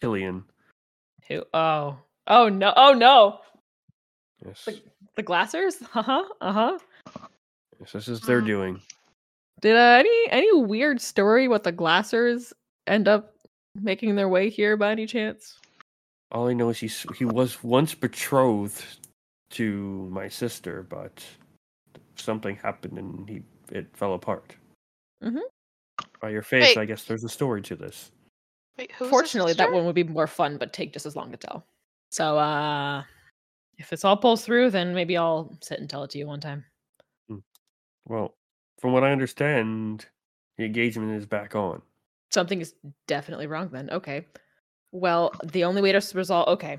[SPEAKER 1] Killian.
[SPEAKER 4] Who? Oh, oh no, oh no,
[SPEAKER 1] Yes,
[SPEAKER 4] the Glassers. Uh huh. Uh huh.
[SPEAKER 1] yes this is their
[SPEAKER 5] Mm.
[SPEAKER 1] doing.
[SPEAKER 4] Did uh, any any weird story with the Glassers end up making their way here by any chance?
[SPEAKER 1] All I know is he's, he was once betrothed to my sister, but something happened and he it fell apart.
[SPEAKER 4] Mhm.
[SPEAKER 1] By your face,
[SPEAKER 5] Hey.
[SPEAKER 1] I guess there's a story to this.
[SPEAKER 5] Wait, who's the
[SPEAKER 4] Fortunately, that
[SPEAKER 5] sister?
[SPEAKER 4] one would be more fun, but take just as long to tell. So, uh, if this all pulls through, then maybe I'll sit and tell it to you one time.
[SPEAKER 1] Well, from what I understand, the engagement is back on.
[SPEAKER 4] Something is definitely wrong then. Okay. Well, the only way to s- resolve. Okay.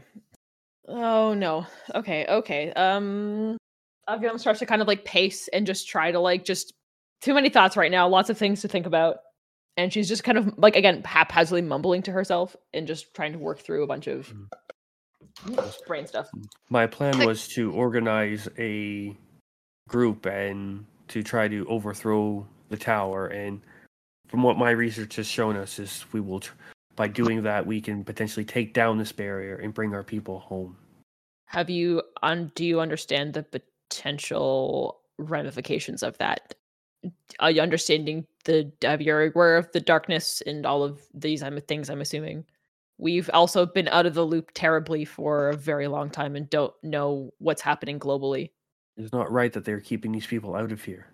[SPEAKER 4] Oh no. Okay. Okay. Um, Avion starts to kind of like pace and just try to like just too many thoughts right now. Lots of things to think about, and she's just kind of like again haphazardly mumbling to herself and just trying to work through a bunch of brain stuff.
[SPEAKER 1] My plan
[SPEAKER 5] Like-
[SPEAKER 1] was to organize a group and to try to overthrow the tower. And from what my research has shown us, is we will, tr- by doing that, we can potentially take down this barrier and bring our people home.
[SPEAKER 4] Have you un- do you understand the potential ramifications of that? Are you understanding the have you aware of the darkness and all of these I'm things I'm assuming? We've also been out of the loop terribly for a very long time and don't know what's happening globally.
[SPEAKER 1] It's not right that they're keeping these people out of here,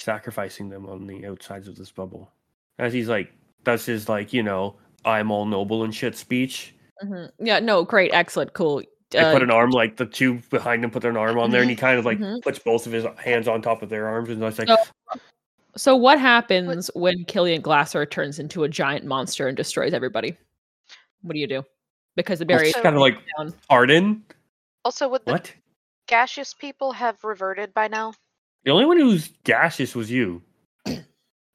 [SPEAKER 1] sacrificing them on the outsides of this bubble. As he's like, that's his, like, you know, I'm all noble and shit speech.
[SPEAKER 4] Yeah, no, great, excellent, cool.
[SPEAKER 1] Mm-hmm.
[SPEAKER 4] Uh,
[SPEAKER 1] They put an arm, like, the two behind him put an arm on there, and he kind of, like,
[SPEAKER 4] Mhm.
[SPEAKER 1] puts both of his hands on top of their arms, and it's like,
[SPEAKER 4] So- so what happens when Killian Glasser turns into a giant monster and destroys everybody? What do you do? Because the
[SPEAKER 1] well,
[SPEAKER 4] barrier
[SPEAKER 1] it's kind of like,
[SPEAKER 4] down.
[SPEAKER 1] Arden?
[SPEAKER 5] Also, would the
[SPEAKER 1] What?
[SPEAKER 5] gaseous people have reverted by now?
[SPEAKER 1] The only one who's gaseous was you.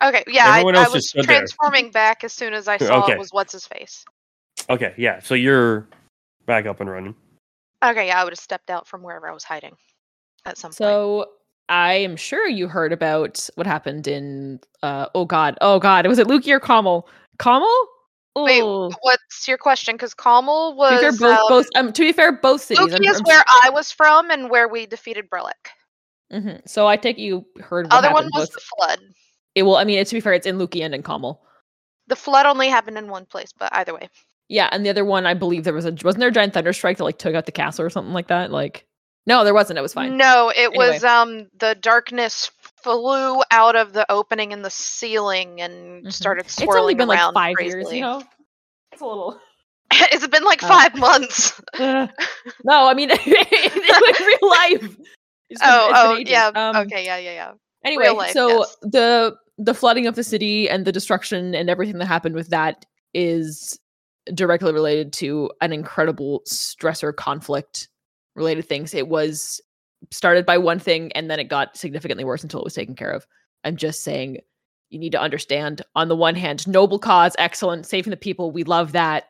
[SPEAKER 5] Okay, yeah, I,
[SPEAKER 1] Everyone
[SPEAKER 5] I
[SPEAKER 1] else just
[SPEAKER 5] was
[SPEAKER 1] stood there.
[SPEAKER 5] transforming back as soon as I saw
[SPEAKER 1] Okay.
[SPEAKER 5] it was what's his face.
[SPEAKER 1] Okay, yeah, so you're back up and running.
[SPEAKER 5] Okay, yeah, I would have stepped out from wherever I was hiding at some point.
[SPEAKER 4] So I am sure you heard about what happened in uh oh god oh god was it Lukey or Kamal Kamal
[SPEAKER 5] Wait,
[SPEAKER 4] Ooh.
[SPEAKER 5] What's your question? Because Carmel
[SPEAKER 4] to be
[SPEAKER 5] was
[SPEAKER 4] fair both,
[SPEAKER 5] um,
[SPEAKER 4] both um to be fair both cities
[SPEAKER 5] Loki
[SPEAKER 4] I'm-
[SPEAKER 5] is
[SPEAKER 4] I'm-
[SPEAKER 5] where I was from and where we defeated Brelic.
[SPEAKER 4] Mhm. so I take it you heard what
[SPEAKER 5] Other one
[SPEAKER 4] happened
[SPEAKER 5] was
[SPEAKER 4] both-
[SPEAKER 5] the flood.
[SPEAKER 4] it will I mean to be fair it's in Lukey and in Kamal
[SPEAKER 5] The flood only happened in one place, but either way,
[SPEAKER 4] yeah and the other one I believe there was a wasn't there a giant thunder strike that like took out the castle or something like that like no there wasn't it was fine
[SPEAKER 5] no, it
[SPEAKER 4] Anyway.
[SPEAKER 5] was um the darkness flew out of the opening in the ceiling and
[SPEAKER 4] Mhm.
[SPEAKER 5] started
[SPEAKER 4] it's
[SPEAKER 5] swirling
[SPEAKER 4] only been like
[SPEAKER 5] around
[SPEAKER 4] five years
[SPEAKER 5] crazily.
[SPEAKER 4] you know it's a little
[SPEAKER 5] it's been like
[SPEAKER 4] Oh.
[SPEAKER 5] five months.
[SPEAKER 4] Uh, no, I mean in real life. It's been-
[SPEAKER 5] oh,
[SPEAKER 4] it's been
[SPEAKER 5] oh,
[SPEAKER 4] ages.
[SPEAKER 5] yeah.
[SPEAKER 4] Um,
[SPEAKER 5] okay, yeah, yeah, yeah.
[SPEAKER 4] Anyway,
[SPEAKER 5] life,
[SPEAKER 4] so
[SPEAKER 5] yes.
[SPEAKER 4] the the flooding of the city and the destruction and everything that happened with that is directly related to an incredible stressor conflict related things. It was started by one thing and then it got significantly worse until it was taken care of. I'm just saying you need to understand on the one hand, noble cause, excellent, saving the people, we love that.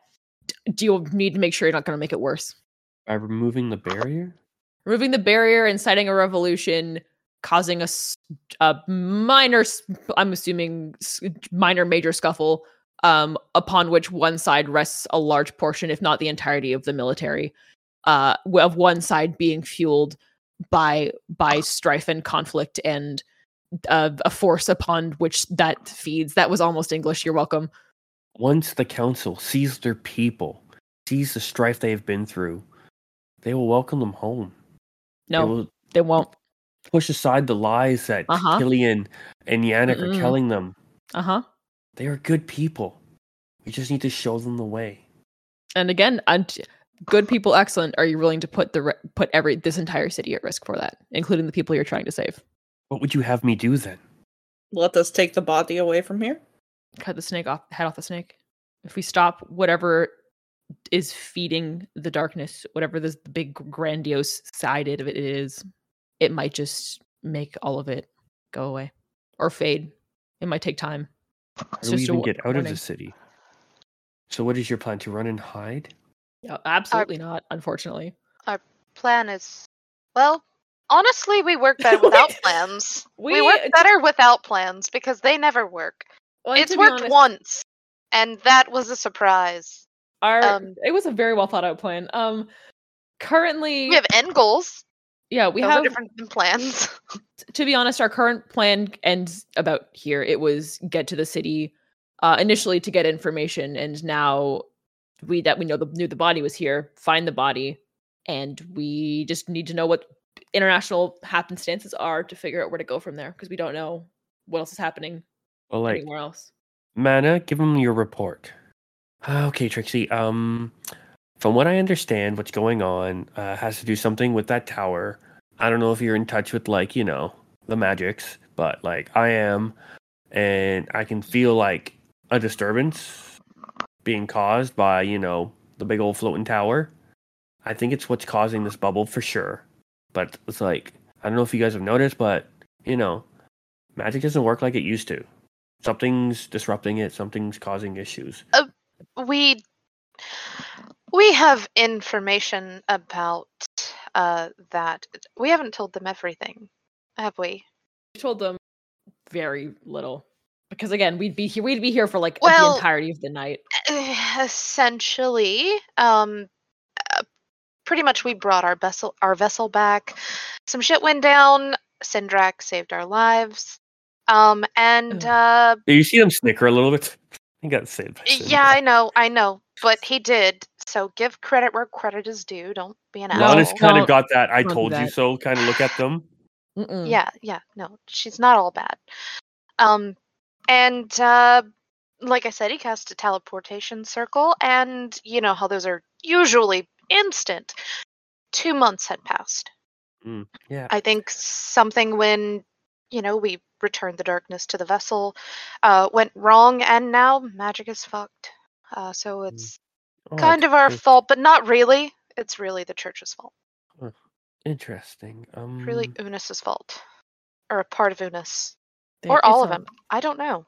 [SPEAKER 4] D- Do you need to make sure you're not going to make it worse?
[SPEAKER 1] By removing the barrier?
[SPEAKER 4] removing the barrier, inciting a revolution, causing a, s- a minor, s- I'm assuming, s- minor major scuffle, um, upon which one side rests a large portion, if not the entirety, of the military, uh, w- of one side being fueled by by strife and conflict and uh, a force upon which that feeds. That was almost English. You're welcome.
[SPEAKER 1] Once the council sees their people, sees the strife they have been through, they will welcome them home. They
[SPEAKER 4] No,
[SPEAKER 1] will
[SPEAKER 4] they won't.
[SPEAKER 1] push aside the lies that
[SPEAKER 4] Uh-huh.
[SPEAKER 1] Killian and Yannick
[SPEAKER 4] Mm-mm.
[SPEAKER 1] are telling them.
[SPEAKER 4] Uh huh.
[SPEAKER 1] They are good people. We just need to show them the way.
[SPEAKER 4] and again, unt- good people excellent are you willing to put the re- put every this entire city at risk for that including the people you're trying to save
[SPEAKER 1] What would you have me do then?
[SPEAKER 3] Let us take the body away from here.
[SPEAKER 4] cut the snake off head off the snake if we stop whatever is feeding the darkness whatever this big grandiose side of it is it might just make all of it go away or fade it might take time
[SPEAKER 1] How
[SPEAKER 4] It's
[SPEAKER 1] do we
[SPEAKER 4] just a
[SPEAKER 1] even
[SPEAKER 4] wa-
[SPEAKER 1] get out of
[SPEAKER 4] warning.
[SPEAKER 1] the city? So, what is your plan to run and hide?
[SPEAKER 4] Yeah, absolutely not unfortunately
[SPEAKER 5] Plan is well. Honestly, we work better without plans. We,
[SPEAKER 4] We-
[SPEAKER 5] work better without plans because they never work. it's worked
[SPEAKER 4] one.
[SPEAKER 5] once, and that was a surprise.
[SPEAKER 4] Our
[SPEAKER 5] Um,
[SPEAKER 4] it was a very well thought out plan. Um, currently,
[SPEAKER 5] We have end goals.
[SPEAKER 4] yeah, we
[SPEAKER 5] Those
[SPEAKER 4] have.
[SPEAKER 5] are different than plans.
[SPEAKER 4] To be honest, our current plan ends about here. It was get to the city uh, initially to get information, and now we that we know the knew the body was here. Find the body, and we just need to know what international happenstances are to figure out where to go from there because we don't know what else is happening
[SPEAKER 1] Well, like,
[SPEAKER 4] anywhere else.
[SPEAKER 1] Mana, give him your report. Okay, Trixie. Um, from what I understand, what's going on uh, has to do something with that tower. I don't know if you're in touch with like you know the magics, but like I am, and I can feel like a disturbance being caused by you know the big old floating tower. I think it's what's causing this bubble for sure. But it's like I don't know if you guys have noticed, but you know, magic doesn't work like it used to something's disrupting it something's causing issues
[SPEAKER 5] we we have information about uh, that. We haven't told them everything, have we?
[SPEAKER 4] We told them very little because again, we'd be here. We'd be here for like
[SPEAKER 5] Well,
[SPEAKER 4] the entirety of the night.
[SPEAKER 5] essentially um uh, pretty much we brought our vessel our vessel back some shit went down sindrak saved our lives um and
[SPEAKER 4] Ugh.
[SPEAKER 5] uh
[SPEAKER 1] you see them snicker a little bit i got saved by Sindra.
[SPEAKER 5] yeah i know i know but he did so give credit where credit is due don't be an
[SPEAKER 4] No,
[SPEAKER 5] asshole
[SPEAKER 1] Lana's kind
[SPEAKER 4] don't-
[SPEAKER 1] of got that i
[SPEAKER 4] don't do
[SPEAKER 1] told you
[SPEAKER 4] that.
[SPEAKER 1] so kind of look at them
[SPEAKER 4] Mm-mm.
[SPEAKER 5] yeah yeah no she's not all bad um and uh like i said he cast a teleportation circle and you know how those are usually instant two months had passed
[SPEAKER 1] yeah
[SPEAKER 5] i think something when you know we returned the darkness to the vessel uh went wrong and now magic is fucked uh so it's
[SPEAKER 1] Oh,
[SPEAKER 5] kind of our
[SPEAKER 1] that's
[SPEAKER 5] fault but not really it's really the church's fault
[SPEAKER 1] interesting um
[SPEAKER 5] really unas's fault or a part of unas
[SPEAKER 4] They-
[SPEAKER 5] or
[SPEAKER 4] it's
[SPEAKER 5] all of
[SPEAKER 4] a-
[SPEAKER 5] them i don't know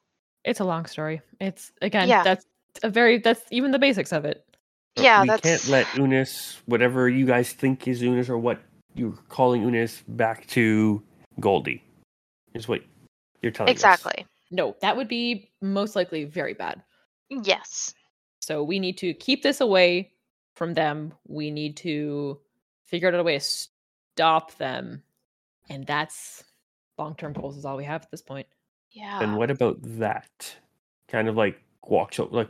[SPEAKER 4] It's a long story. It's again,
[SPEAKER 5] Yeah.
[SPEAKER 4] that's a very that's even the basics of it.
[SPEAKER 1] but
[SPEAKER 5] yeah
[SPEAKER 1] we
[SPEAKER 5] that's
[SPEAKER 1] can't let unis whatever you guys think is unis or what you're calling unis back to goldie is what you're telling us.
[SPEAKER 5] Exactly.
[SPEAKER 4] No, that would be most likely very bad.
[SPEAKER 5] Yes.
[SPEAKER 4] So we need to keep this away from them. We need to figure out a way to stop them, and that's long term goals is all we have at this point.
[SPEAKER 5] Yeah.
[SPEAKER 1] and what about that kind of like walks o- like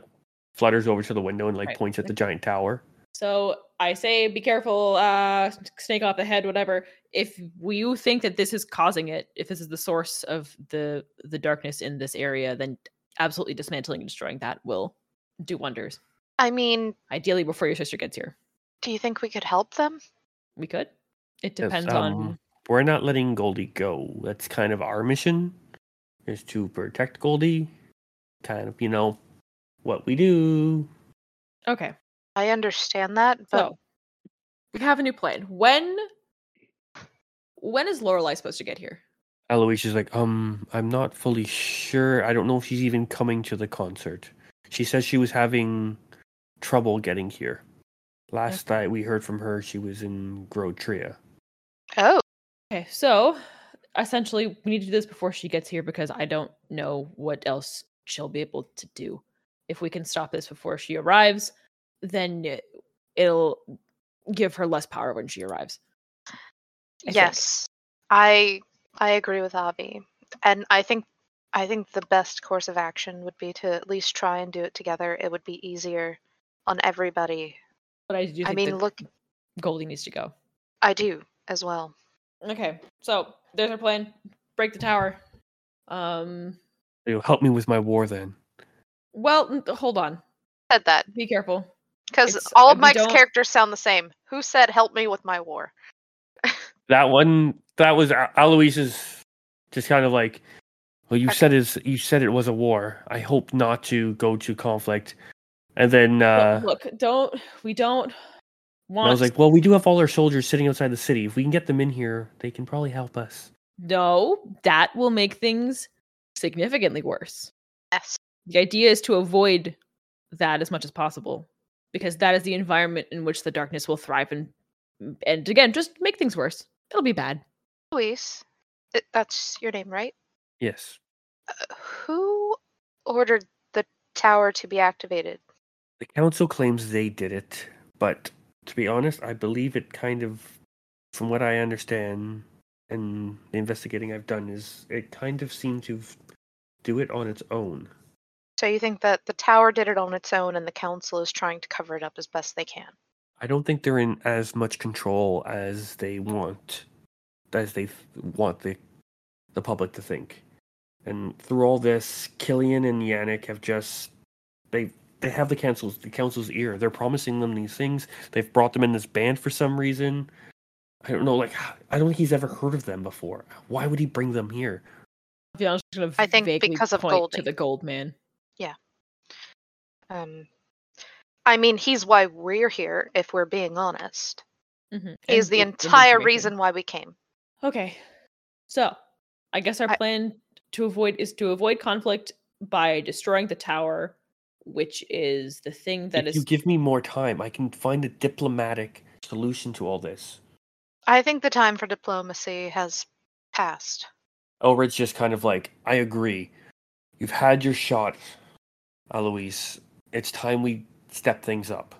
[SPEAKER 1] flutters over to the window and like
[SPEAKER 4] Right.
[SPEAKER 1] points at the giant tower
[SPEAKER 4] So I say, be careful, uh, s- snake off the head, whatever. If we- you think that this is causing it, if this is the source of the the darkness in this area, then absolutely dismantling and destroying that will do wonders.
[SPEAKER 5] I mean,
[SPEAKER 4] Ideally, before your sister gets here,
[SPEAKER 5] do you think we could help them?
[SPEAKER 4] we could. It
[SPEAKER 1] Yes,
[SPEAKER 4] depends
[SPEAKER 1] um,
[SPEAKER 4] on.
[SPEAKER 1] We're not letting Goldie go. That's kind of our mission, is to protect Goldie. Kind of, you know, what we do.
[SPEAKER 4] Okay,
[SPEAKER 5] I understand that, but
[SPEAKER 4] so we have a new plan. When when is Lorelai supposed to get here?
[SPEAKER 1] Eloise is like, um, I'm not fully sure. I don't know if she's even coming to the concert. She says she was having trouble getting here. Last night we heard from her she was in Grotria.
[SPEAKER 5] oh,
[SPEAKER 4] Okay, so essentially, we need to do this before she gets here because I don't know what else she'll be able to do. If we can stop this before she arrives, then it- it'll give her less power when she arrives. I think.
[SPEAKER 5] yes. I I agree with Avi. And I think I think the best course of action would be to at least try and do it together. It would be easier on everybody.
[SPEAKER 4] But I do think
[SPEAKER 5] I mean,
[SPEAKER 4] that
[SPEAKER 5] look,
[SPEAKER 4] Goldie needs to go.
[SPEAKER 5] I do as well.
[SPEAKER 4] Okay, so there's our plan. Break the tower. Um.
[SPEAKER 1] You know, help me with my war then.
[SPEAKER 4] Well, n- hold on.
[SPEAKER 5] Said that.
[SPEAKER 4] Be careful.
[SPEAKER 5] Because
[SPEAKER 3] It's-
[SPEAKER 5] all of
[SPEAKER 3] we
[SPEAKER 5] Mike's
[SPEAKER 3] don't-
[SPEAKER 5] characters sound the same. Who said "Help me with my war"?
[SPEAKER 1] That one, that was A- Aloysius, just kind of like, well, you
[SPEAKER 5] Okay.
[SPEAKER 1] said is you said it was a war. I hope not to go to conflict. And then uh,
[SPEAKER 4] Look- Look, don't we don't
[SPEAKER 1] and
[SPEAKER 4] want
[SPEAKER 1] I was like, well, we do have all our soldiers sitting outside the city. If we can get them in here, they can probably help us.
[SPEAKER 4] no, that will make things significantly worse.
[SPEAKER 5] Yes.
[SPEAKER 4] The idea is to avoid that as much as possible because that is the environment in which the darkness will thrive and and again, just make things worse. It'll be bad.
[SPEAKER 5] Luis, it, that's your name, right?
[SPEAKER 1] Yes,
[SPEAKER 5] Uh, Who ordered the tower to be activated?
[SPEAKER 1] the council claims they did it, but to be honest, I believe it kind of, from what I understand and the investigating I've done, is it kind of seemed to f- do it on its own.
[SPEAKER 5] So you think that the tower did it on its own, and the council is trying to cover it up as best they can?
[SPEAKER 1] I don't think they're in as much control as they want, as they th- want the the public to think. And through all this, Killian and Yannick have just they they have the council's the council's ear. They're promising them these things. They've brought them in this band for some reason. I don't know. Like I don't think he's ever heard of them before. Why would he bring them here?
[SPEAKER 4] To be honest, I'm just
[SPEAKER 5] I
[SPEAKER 4] gonna
[SPEAKER 5] think
[SPEAKER 4] vaguely
[SPEAKER 5] because of
[SPEAKER 4] point
[SPEAKER 5] Goldie.
[SPEAKER 4] to the gold man.
[SPEAKER 5] Um, I mean, he's why we're here. If we're being honest,
[SPEAKER 4] Mhm,
[SPEAKER 5] he is
[SPEAKER 4] and
[SPEAKER 5] the
[SPEAKER 4] and
[SPEAKER 5] entire
[SPEAKER 4] information.
[SPEAKER 5] reason why we came.
[SPEAKER 4] Okay. So, I guess our
[SPEAKER 5] I-
[SPEAKER 4] plan to avoid is to avoid conflict by destroying the tower, which is the thing that
[SPEAKER 1] if
[SPEAKER 4] is
[SPEAKER 1] you give me more time, I can find a diplomatic solution to all this.
[SPEAKER 5] I think the time for diplomacy has passed.
[SPEAKER 1] Elred's just kind of like, I agree. You've had your shot, Aloise. It's time we step things up.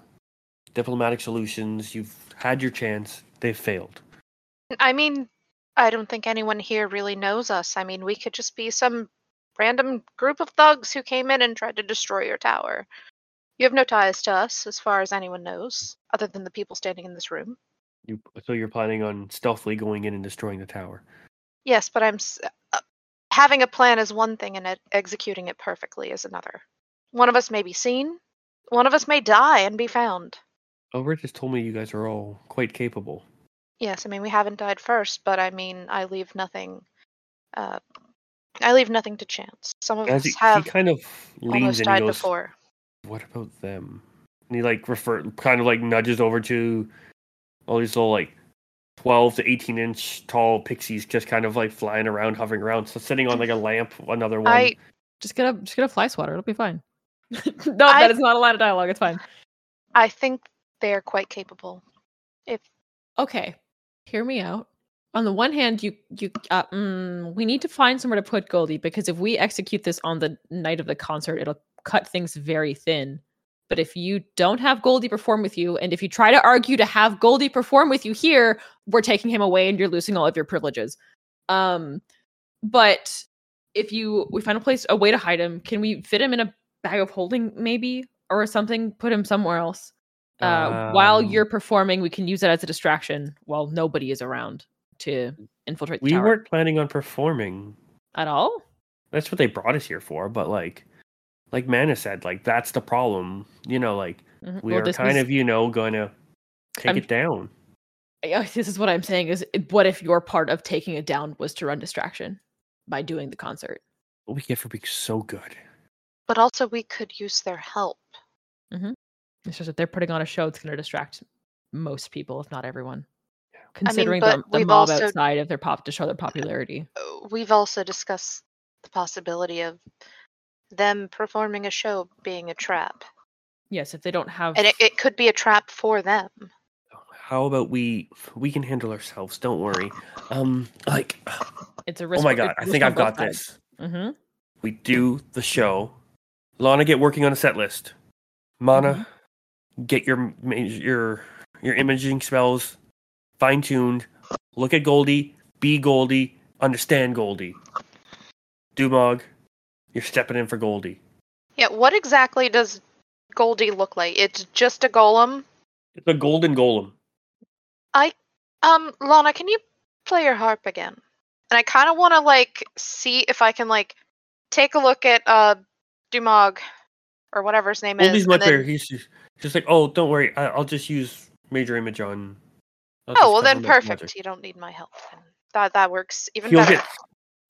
[SPEAKER 1] Diplomatic solutions, you've had your chance. They've failed.
[SPEAKER 5] I mean, I don't think anyone here really knows us. I mean, we could just be some random group of thugs who came in and tried to destroy your tower. You have no ties to us, as far as anyone knows, other than the people standing in this room.
[SPEAKER 1] You, so you're planning on stealthily going in and destroying the tower.
[SPEAKER 5] Yes, but I'm s- uh, having a plan is one thing, and e- executing it perfectly is another. One of us may be seen. One of us may die and be found.
[SPEAKER 1] Elred just told me you guys are all quite capable.
[SPEAKER 5] Yes, I mean we haven't died first, but I mean I leave nothing. Uh, I leave nothing to chance. Some of
[SPEAKER 1] As he,
[SPEAKER 5] us have
[SPEAKER 1] he kind of leans
[SPEAKER 5] almost
[SPEAKER 1] in and
[SPEAKER 5] died
[SPEAKER 1] goes,
[SPEAKER 5] before.
[SPEAKER 1] What about them? And he like refer kind of like nudges over to all these little like twelve to eighteen inch tall pixies just kind of like flying around, hovering around, so sitting on like a lamp, another one.
[SPEAKER 5] I
[SPEAKER 4] just get a just get a fly swatter. It'll be fine. no, that
[SPEAKER 5] I-
[SPEAKER 4] is not a line of dialogue. It's fine.
[SPEAKER 5] I think they are quite capable. If
[SPEAKER 4] Okay, hear me out. On the one hand, you you uh, mm, we need to find somewhere to put Goldie because if we execute this on the night of the concert, it'll cut things very thin. But if you don't have Goldie perform with you, and if you try to argue to have Goldie perform with you here, we're taking him away and you're losing all of your privileges. Um, but if you we find a place, a way to hide him, can we fit him in a bag of holding maybe or something? Put him somewhere else uh, while
[SPEAKER 1] Um,
[SPEAKER 4] you're performing, we can use it as a distraction while nobody is around to infiltrate the
[SPEAKER 1] we
[SPEAKER 4] tower
[SPEAKER 1] weren't planning on performing.
[SPEAKER 4] at all.
[SPEAKER 1] That's what they brought us here for. But like, like Mana said, like that's the problem. You know, like
[SPEAKER 4] Mhm.
[SPEAKER 1] we
[SPEAKER 4] Well,
[SPEAKER 1] are
[SPEAKER 4] this
[SPEAKER 1] kind
[SPEAKER 4] was-
[SPEAKER 1] of you know going to take
[SPEAKER 4] I'm-
[SPEAKER 1] it down.
[SPEAKER 4] Yeah, This is what I'm saying is, i- what if your part of taking it down was to run distraction by doing the concert?
[SPEAKER 1] What we get for being so good.
[SPEAKER 5] but also we could use their help.
[SPEAKER 4] It's just that they're putting on a show that's going to distract most people, if not everyone.
[SPEAKER 5] mean,
[SPEAKER 4] Considering
[SPEAKER 5] but
[SPEAKER 4] the, the
[SPEAKER 5] we've
[SPEAKER 4] mob
[SPEAKER 5] also-
[SPEAKER 4] outside of their pop to show their popularity.
[SPEAKER 5] Uh, We've also discussed the possibility of them performing a show being a trap,
[SPEAKER 4] Yes, if they don't have
[SPEAKER 5] and it, it could be a trap for them.
[SPEAKER 1] How about we we can handle ourselves. Don't worry. Um, like,
[SPEAKER 4] it's a
[SPEAKER 1] oh
[SPEAKER 4] risk.
[SPEAKER 1] my god, I think I've got this.
[SPEAKER 4] Mm-hmm.
[SPEAKER 1] we do the show. Lana, get working on a set list. Mana,
[SPEAKER 5] Mm-hmm.
[SPEAKER 1] get your ma- your your imaging spells fine tuned. Look at Goldie, be Goldie, understand Goldie. Dumog, you're stepping in for Goldie.
[SPEAKER 5] Yeah, what exactly does Goldie look like? It's just a golem.
[SPEAKER 1] It's a golden golem.
[SPEAKER 5] Um, Lana, can you play your harp again? And I kind of want to like see if I can like take a look at uh Dumog or whatever his name
[SPEAKER 1] Oldie's
[SPEAKER 5] is.
[SPEAKER 1] my
[SPEAKER 5] and then-
[SPEAKER 1] favorite. He's just, just like, oh, don't worry, I, I'll just use major image on. I'll just
[SPEAKER 5] oh well,
[SPEAKER 1] cover him
[SPEAKER 5] then
[SPEAKER 1] up with
[SPEAKER 5] perfect.
[SPEAKER 1] magic."
[SPEAKER 5] You don't need my help. Then. That that works even
[SPEAKER 1] You'll
[SPEAKER 5] better.
[SPEAKER 1] get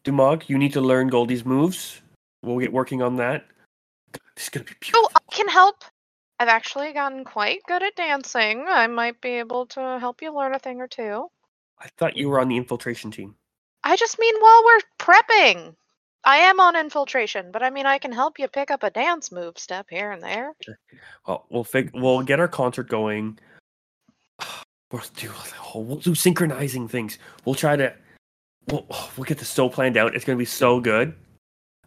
[SPEAKER 1] Dumog. You need to learn Goldie's moves. We'll get working on that. This is gonna be beautiful.
[SPEAKER 5] Oh, I can help. I've actually gotten quite good at dancing. I might be able to help you learn a thing or two.
[SPEAKER 1] I thought you were on the infiltration team.
[SPEAKER 5] I just mean while we're prepping. I am on infiltration, but I mean I can help you pick up a dance move step here and there.
[SPEAKER 1] Well, Uh, we'll fig- we'll get our concert going. We'll do oh, we'll do synchronizing things. We'll try to we'll oh, we'll get this so planned out. It's gonna be so good.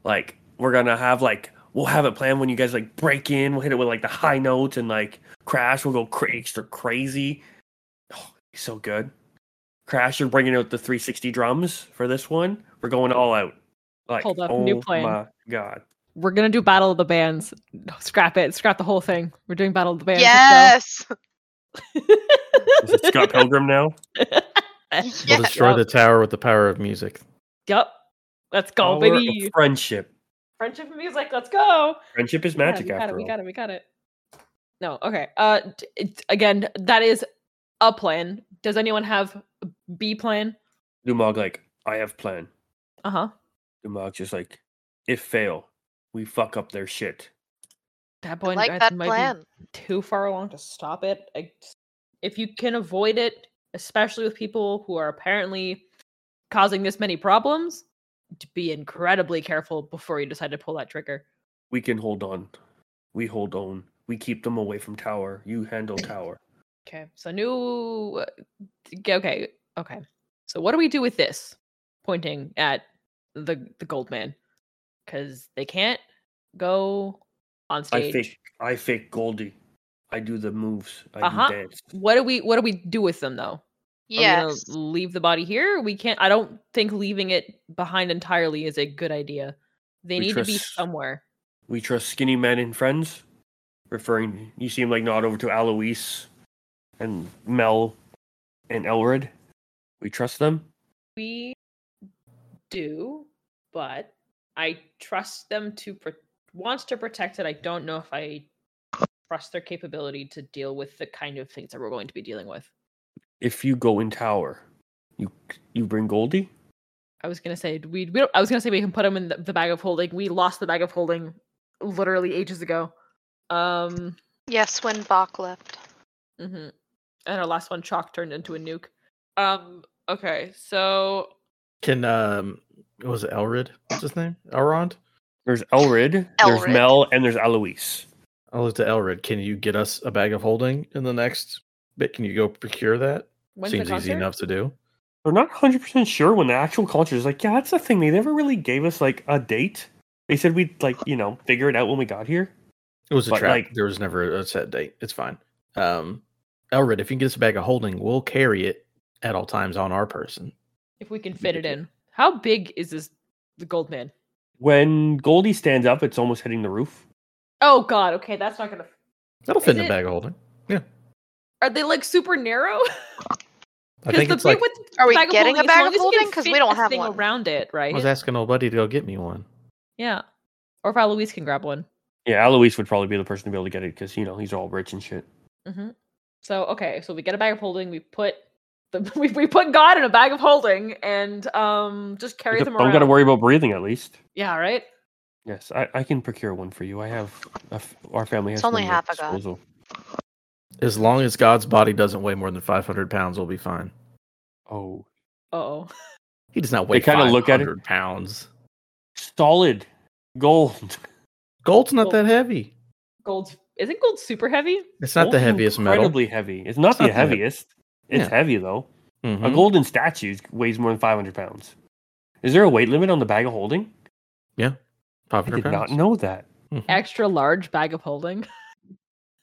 [SPEAKER 1] Like we're gonna have like we'll have it planned when you guys like break in. We'll hit it with like the high notes and like crash. We'll go cra- extra crazy. Oh, it's so good. Crash, you're bringing out the 360 drums for this one. We're going all out. Like
[SPEAKER 4] Hold up,
[SPEAKER 1] oh
[SPEAKER 4] new plan.
[SPEAKER 1] my god.
[SPEAKER 4] We're gonna do Battle of the Bands. No, scrap it. Scrap the whole thing. We're doing Battle of the Bands. let's
[SPEAKER 5] yes.
[SPEAKER 4] go.
[SPEAKER 1] Is it Scott Pilgrim now?
[SPEAKER 2] We'll
[SPEAKER 5] Yeah.
[SPEAKER 2] destroy the
[SPEAKER 4] Yep.
[SPEAKER 2] tower with the power of music.
[SPEAKER 4] Yep. Let's go,
[SPEAKER 1] Power of
[SPEAKER 4] baby.
[SPEAKER 1] Oh, Friendship.
[SPEAKER 4] Friendship and music. Let's go.
[SPEAKER 1] Friendship is
[SPEAKER 4] Yeah,
[SPEAKER 1] magic
[SPEAKER 4] we got
[SPEAKER 1] after
[SPEAKER 4] it. We
[SPEAKER 1] all.
[SPEAKER 4] got it. We got it. No. Okay. Uh, d- it, again, that is a plan. Does anyone have a B plan?
[SPEAKER 1] Dumog like, I have plan.
[SPEAKER 4] Uh huh.
[SPEAKER 1] Dumog just like, if fail, we fuck up their shit.
[SPEAKER 4] That
[SPEAKER 5] I
[SPEAKER 4] point
[SPEAKER 5] like
[SPEAKER 4] guys,
[SPEAKER 5] that
[SPEAKER 4] might be Oh,
[SPEAKER 5] plan.
[SPEAKER 4] too far along to stop it. I, if you can avoid it, especially with people who are apparently causing this many problems, to be incredibly careful before you decide to pull that trigger.
[SPEAKER 1] We can hold on. We hold on. We keep them away from tower. You handle tower.
[SPEAKER 4] Okay. So new. uh, Okay. Okay. So what do we do with this? Pointing at the the gold man, because they can't go on
[SPEAKER 1] I
[SPEAKER 4] stage.
[SPEAKER 1] fake. I fake Goldie. I do the moves. I
[SPEAKER 4] Uh-huh.
[SPEAKER 1] do dance.
[SPEAKER 4] What do we What do we do with them though? Are we
[SPEAKER 5] Yes.
[SPEAKER 4] gonna leave the body here? We can't. I don't think leaving it behind entirely is a good idea. They
[SPEAKER 1] We
[SPEAKER 4] need to be
[SPEAKER 1] trust-
[SPEAKER 4] somewhere.
[SPEAKER 1] We trust skinny men and friends. Referring, you seem like nod over to Alois and Mel and Elred. We trust them.
[SPEAKER 4] We do, but I trust them to pro- wants to protect it. I don't know if I trust their capability to deal with the kind of things that we're going to be dealing with.
[SPEAKER 1] If you go in tower, you you bring Goldie.
[SPEAKER 4] I was gonna say we. we don't, I was gonna say we can put them in the, the bag of holding. We lost the bag of holding literally ages ago. Um.
[SPEAKER 5] Yes, when Bach left.
[SPEAKER 4] Mm-hmm. And our last one, chalk turned into a nuke. Um. Okay. So
[SPEAKER 2] Can um, what was it Elrid? What's his name? Elrond.
[SPEAKER 1] There's Elrid, there's
[SPEAKER 5] Elrid.
[SPEAKER 1] Mel, and there's Alois.
[SPEAKER 2] I'll look to Elrid. Can you get us a bag of holding in the next bit? Can you go procure that?
[SPEAKER 4] when's
[SPEAKER 2] Seems
[SPEAKER 4] the
[SPEAKER 2] easy
[SPEAKER 4] concert?
[SPEAKER 2] enough to do.
[SPEAKER 1] We're not 100% sure when the actual culture is like, yeah, that's the thing. They never really gave us like a date. They said we'd like, you know, figure it out when we got here.
[SPEAKER 2] It was a
[SPEAKER 1] But,
[SPEAKER 2] trap.
[SPEAKER 1] like-
[SPEAKER 2] there was never a set date. It's fine. Um, Elrid, if you can get us a bag of holding, we'll carry it at all times on our person.
[SPEAKER 4] If we can fit it in. How big is this? The gold man.
[SPEAKER 1] When Goldie stands up, it's almost hitting the roof.
[SPEAKER 4] Oh God. Okay, that's not gonna.
[SPEAKER 2] That'll
[SPEAKER 4] Is
[SPEAKER 2] fit in
[SPEAKER 4] it-
[SPEAKER 2] a bag of holding.
[SPEAKER 4] Are they like super narrow?
[SPEAKER 2] I
[SPEAKER 4] 'Cause
[SPEAKER 2] think
[SPEAKER 4] the
[SPEAKER 2] it's like
[SPEAKER 4] bit with the
[SPEAKER 5] Are we
[SPEAKER 4] bag of
[SPEAKER 5] getting
[SPEAKER 4] holding,
[SPEAKER 5] a
[SPEAKER 4] as
[SPEAKER 5] bag
[SPEAKER 4] long
[SPEAKER 5] of
[SPEAKER 4] as you can
[SPEAKER 5] holding? 'Cause we
[SPEAKER 4] fit
[SPEAKER 5] don't
[SPEAKER 4] a
[SPEAKER 5] have
[SPEAKER 4] thing
[SPEAKER 5] one.
[SPEAKER 4] around it,
[SPEAKER 2] I
[SPEAKER 4] right?
[SPEAKER 2] was asking old buddy to go get me one.
[SPEAKER 4] yeah. Or if Eloise can grab one.
[SPEAKER 1] Yeah, Alois would probably be the person to be able to get it because, you know, he's all rich and shit.
[SPEAKER 4] Mm-hmm. So okay, so we get a bag of holding. We put the we, we put God in a bag of holding and um just carry them
[SPEAKER 1] Don't
[SPEAKER 4] around.
[SPEAKER 1] got to worry about breathing at least.
[SPEAKER 4] Yeah. Right.
[SPEAKER 1] Yes, I, I can procure one for you. I have, a f- our family has
[SPEAKER 5] It's only
[SPEAKER 1] one at
[SPEAKER 5] half a god.
[SPEAKER 1] disposal.
[SPEAKER 2] As long as God's body doesn't weigh more than 500 pounds, we'll be fine.
[SPEAKER 1] Oh,
[SPEAKER 4] Oh.
[SPEAKER 2] He does not
[SPEAKER 1] They
[SPEAKER 2] weigh
[SPEAKER 1] kinda
[SPEAKER 2] 500
[SPEAKER 1] look at it.
[SPEAKER 2] pounds.
[SPEAKER 1] solid gold.
[SPEAKER 2] Gold's not
[SPEAKER 4] Gold.
[SPEAKER 2] that heavy.
[SPEAKER 4] Gold's isn't gold super heavy?
[SPEAKER 2] It's not the
[SPEAKER 1] Gold's
[SPEAKER 2] heaviest
[SPEAKER 1] incredibly heavy. It's not
[SPEAKER 2] It's
[SPEAKER 1] the
[SPEAKER 2] not the heav-
[SPEAKER 1] heaviest. It's
[SPEAKER 2] Yeah.
[SPEAKER 1] heavy though.
[SPEAKER 2] metal.
[SPEAKER 1] A
[SPEAKER 2] Mhm.
[SPEAKER 1] golden statue weighs more than 500 pounds. Is there a weight limit on the bag of holding? I
[SPEAKER 2] 500
[SPEAKER 1] did
[SPEAKER 2] pounds.
[SPEAKER 1] not know that.
[SPEAKER 2] Mhm.
[SPEAKER 4] Extra large bag of holding.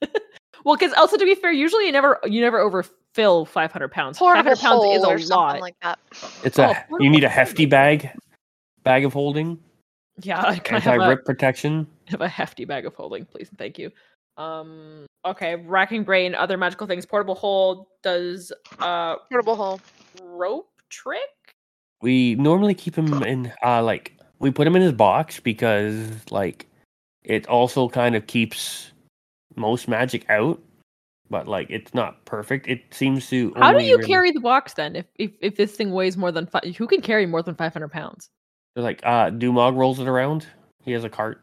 [SPEAKER 4] well, because also to be fair, usually you never you never overfill five hundred pounds. Five
[SPEAKER 5] Portable
[SPEAKER 4] hundred pounds
[SPEAKER 5] hole
[SPEAKER 4] is
[SPEAKER 5] or
[SPEAKER 4] a
[SPEAKER 5] something
[SPEAKER 4] lot.
[SPEAKER 5] like that.
[SPEAKER 1] It's
[SPEAKER 4] Oh,
[SPEAKER 1] a you need a
[SPEAKER 4] portable
[SPEAKER 1] hefty bag, bag of holding,
[SPEAKER 4] yeah, can I
[SPEAKER 1] anti
[SPEAKER 4] have a,
[SPEAKER 1] rip protection.
[SPEAKER 4] have a hefty bag of holding, please and thank you. Um. Okay, racking brain, other magical things. Portable hole does uh
[SPEAKER 5] Portable hole.
[SPEAKER 4] rope trick.
[SPEAKER 1] We normally keep him in uh like we put him in his box because like It also kind of keeps most magic out, but like it's not perfect. It seems to.
[SPEAKER 4] How do
[SPEAKER 1] only
[SPEAKER 4] you
[SPEAKER 1] really-
[SPEAKER 4] carry the box then? If if, if this thing weighs more than five, who can carry more than five hundred pounds?
[SPEAKER 1] They're like, uh, Dumog rolls it around. He has a cart.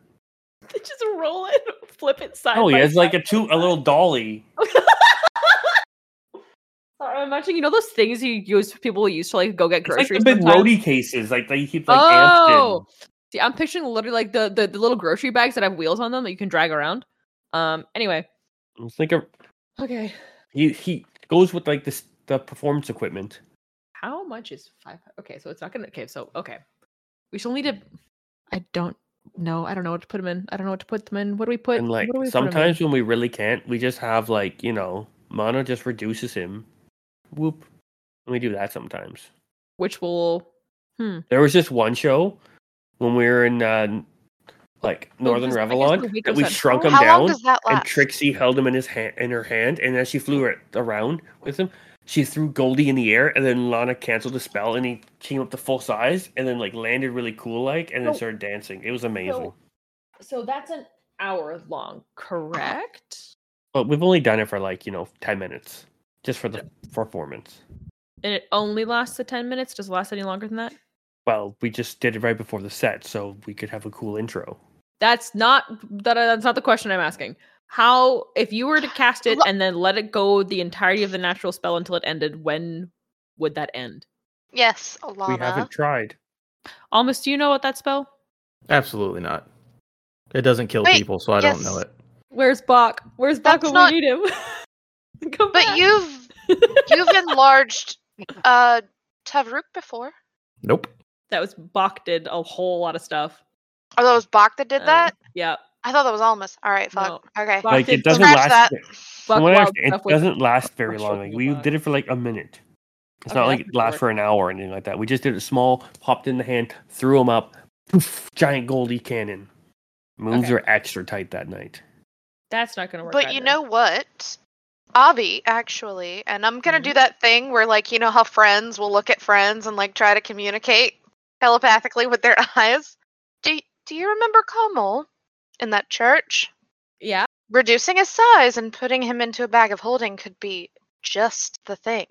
[SPEAKER 4] They just roll it, flip it side.
[SPEAKER 1] Oh, he
[SPEAKER 4] by
[SPEAKER 1] has like a
[SPEAKER 4] side
[SPEAKER 1] two,
[SPEAKER 4] by
[SPEAKER 1] a little dolly.
[SPEAKER 4] side. Sorry, I'm imagining. You know those things you use people use to like go get
[SPEAKER 1] It's like
[SPEAKER 4] groceries.
[SPEAKER 1] the big
[SPEAKER 4] sometimes?
[SPEAKER 1] roadie cases, like they keep like
[SPEAKER 4] Oh!
[SPEAKER 1] amped
[SPEAKER 4] See, I'm picturing literally like the, the the little grocery bags that have wheels on them that you can drag around. Um. Anyway.
[SPEAKER 1] in. It's like a
[SPEAKER 4] Okay.
[SPEAKER 1] he he goes with like this the performance equipment.
[SPEAKER 4] How much is five? Okay, so it's not gonna. Okay, so okay, we still need to. I don't know. I don't know what to put them in. I don't know what to put them in. What do we put?
[SPEAKER 1] and like
[SPEAKER 4] what do we put 'em in?
[SPEAKER 1] sometimes when we really can't, we just have like you know, Mono just reduces him. Whoop. And we do that sometimes.
[SPEAKER 4] which will
[SPEAKER 1] There was just one show when we were in uh, like Northern
[SPEAKER 4] just- I guess the
[SPEAKER 1] Revelon that
[SPEAKER 4] weaker
[SPEAKER 1] we
[SPEAKER 4] side.
[SPEAKER 1] shrunk
[SPEAKER 4] Oh, How
[SPEAKER 1] him
[SPEAKER 5] How
[SPEAKER 1] down.
[SPEAKER 5] long does that last?
[SPEAKER 1] and Trixie held him in his hand in her hand, and as she flew it around with him, she threw Goldie in the air, and then Lana canceled the spell, and he came up to full size, and then like landed really cool like, and then
[SPEAKER 4] So-
[SPEAKER 1] started dancing. It was amazing.
[SPEAKER 4] so, so that's an hour long, correct?
[SPEAKER 1] but we've only done it for like you know ten minutes, just for the performance.
[SPEAKER 4] And it only lasts the ten minutes. Does it last any longer than that?
[SPEAKER 1] Well, we just did it right before the set, so we could have a cool intro.
[SPEAKER 4] That's not that. That's not the question I'm asking. How if you were to cast it
[SPEAKER 5] Lo-
[SPEAKER 4] and then let it go the entirety of the natural spell until it ended, when would that end?
[SPEAKER 5] yes,
[SPEAKER 1] We
[SPEAKER 5] Alana.
[SPEAKER 1] haven't tried.
[SPEAKER 4] Almost, do you know what that spell?
[SPEAKER 2] Absolutely not. It doesn't kill
[SPEAKER 5] Wait,
[SPEAKER 2] people, so I don't know
[SPEAKER 5] yes.
[SPEAKER 2] it.
[SPEAKER 4] Where's Bach? Where's Bach
[SPEAKER 5] That's
[SPEAKER 4] when
[SPEAKER 5] not-
[SPEAKER 4] we need him? Come
[SPEAKER 5] But
[SPEAKER 4] back.
[SPEAKER 5] you've you've enlarged uh Tavruk before.
[SPEAKER 2] Nope.
[SPEAKER 4] that was Bach did a whole lot of stuff.
[SPEAKER 5] Oh, that was Bach that did
[SPEAKER 4] Um,
[SPEAKER 5] that.
[SPEAKER 4] yeah.
[SPEAKER 5] I thought that was Almas. All right, fuck. Okay.
[SPEAKER 4] Bach
[SPEAKER 1] like
[SPEAKER 4] did
[SPEAKER 1] it doesn't
[SPEAKER 5] scratch
[SPEAKER 1] last.
[SPEAKER 5] that.
[SPEAKER 4] Bach
[SPEAKER 1] from what I
[SPEAKER 4] wild
[SPEAKER 1] understand,
[SPEAKER 4] stuff
[SPEAKER 1] it
[SPEAKER 4] with-
[SPEAKER 1] doesn't last very
[SPEAKER 4] Marshall
[SPEAKER 1] long. Like we
[SPEAKER 4] Bulldog.
[SPEAKER 1] did it for like a minute. It's
[SPEAKER 4] Okay,
[SPEAKER 1] not like
[SPEAKER 4] that's
[SPEAKER 1] it lasts
[SPEAKER 4] short.
[SPEAKER 1] for an hour or anything like that. We just did it small, popped in the hand, threw them up, poof, giant Goldie cannon. Moves
[SPEAKER 4] Okay.
[SPEAKER 1] were extra tight that night.
[SPEAKER 4] That's not gonna work.
[SPEAKER 5] But you
[SPEAKER 4] either.
[SPEAKER 5] know what? Avi, actually, and I'm gonna
[SPEAKER 4] Mm-hmm.
[SPEAKER 5] do that thing where, like, you know how friends will look at friends and like try to communicate telepathically with their eyes. Do Do you remember Como in that church?
[SPEAKER 4] Yeah.
[SPEAKER 5] Reducing his size and putting him into a bag of holding could be just the thing.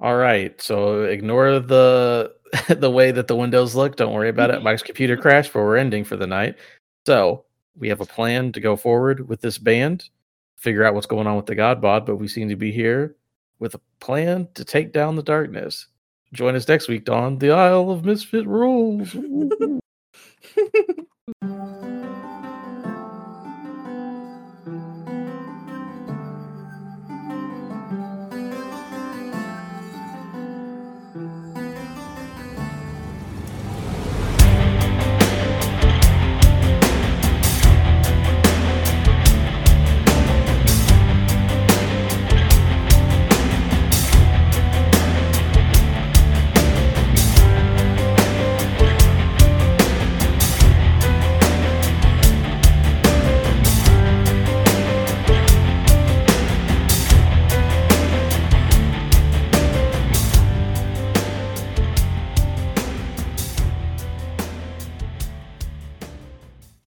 [SPEAKER 2] All right. So ignore the the way that the windows look. Don't worry about it. Mike's computer crashed, but we're ending for the night. So we have a plan to go forward with this band, figure out what's going on with the God Bod, but we seem to be here with a plan to take down the darkness. Join us next week on the Isle of Misfit Rules.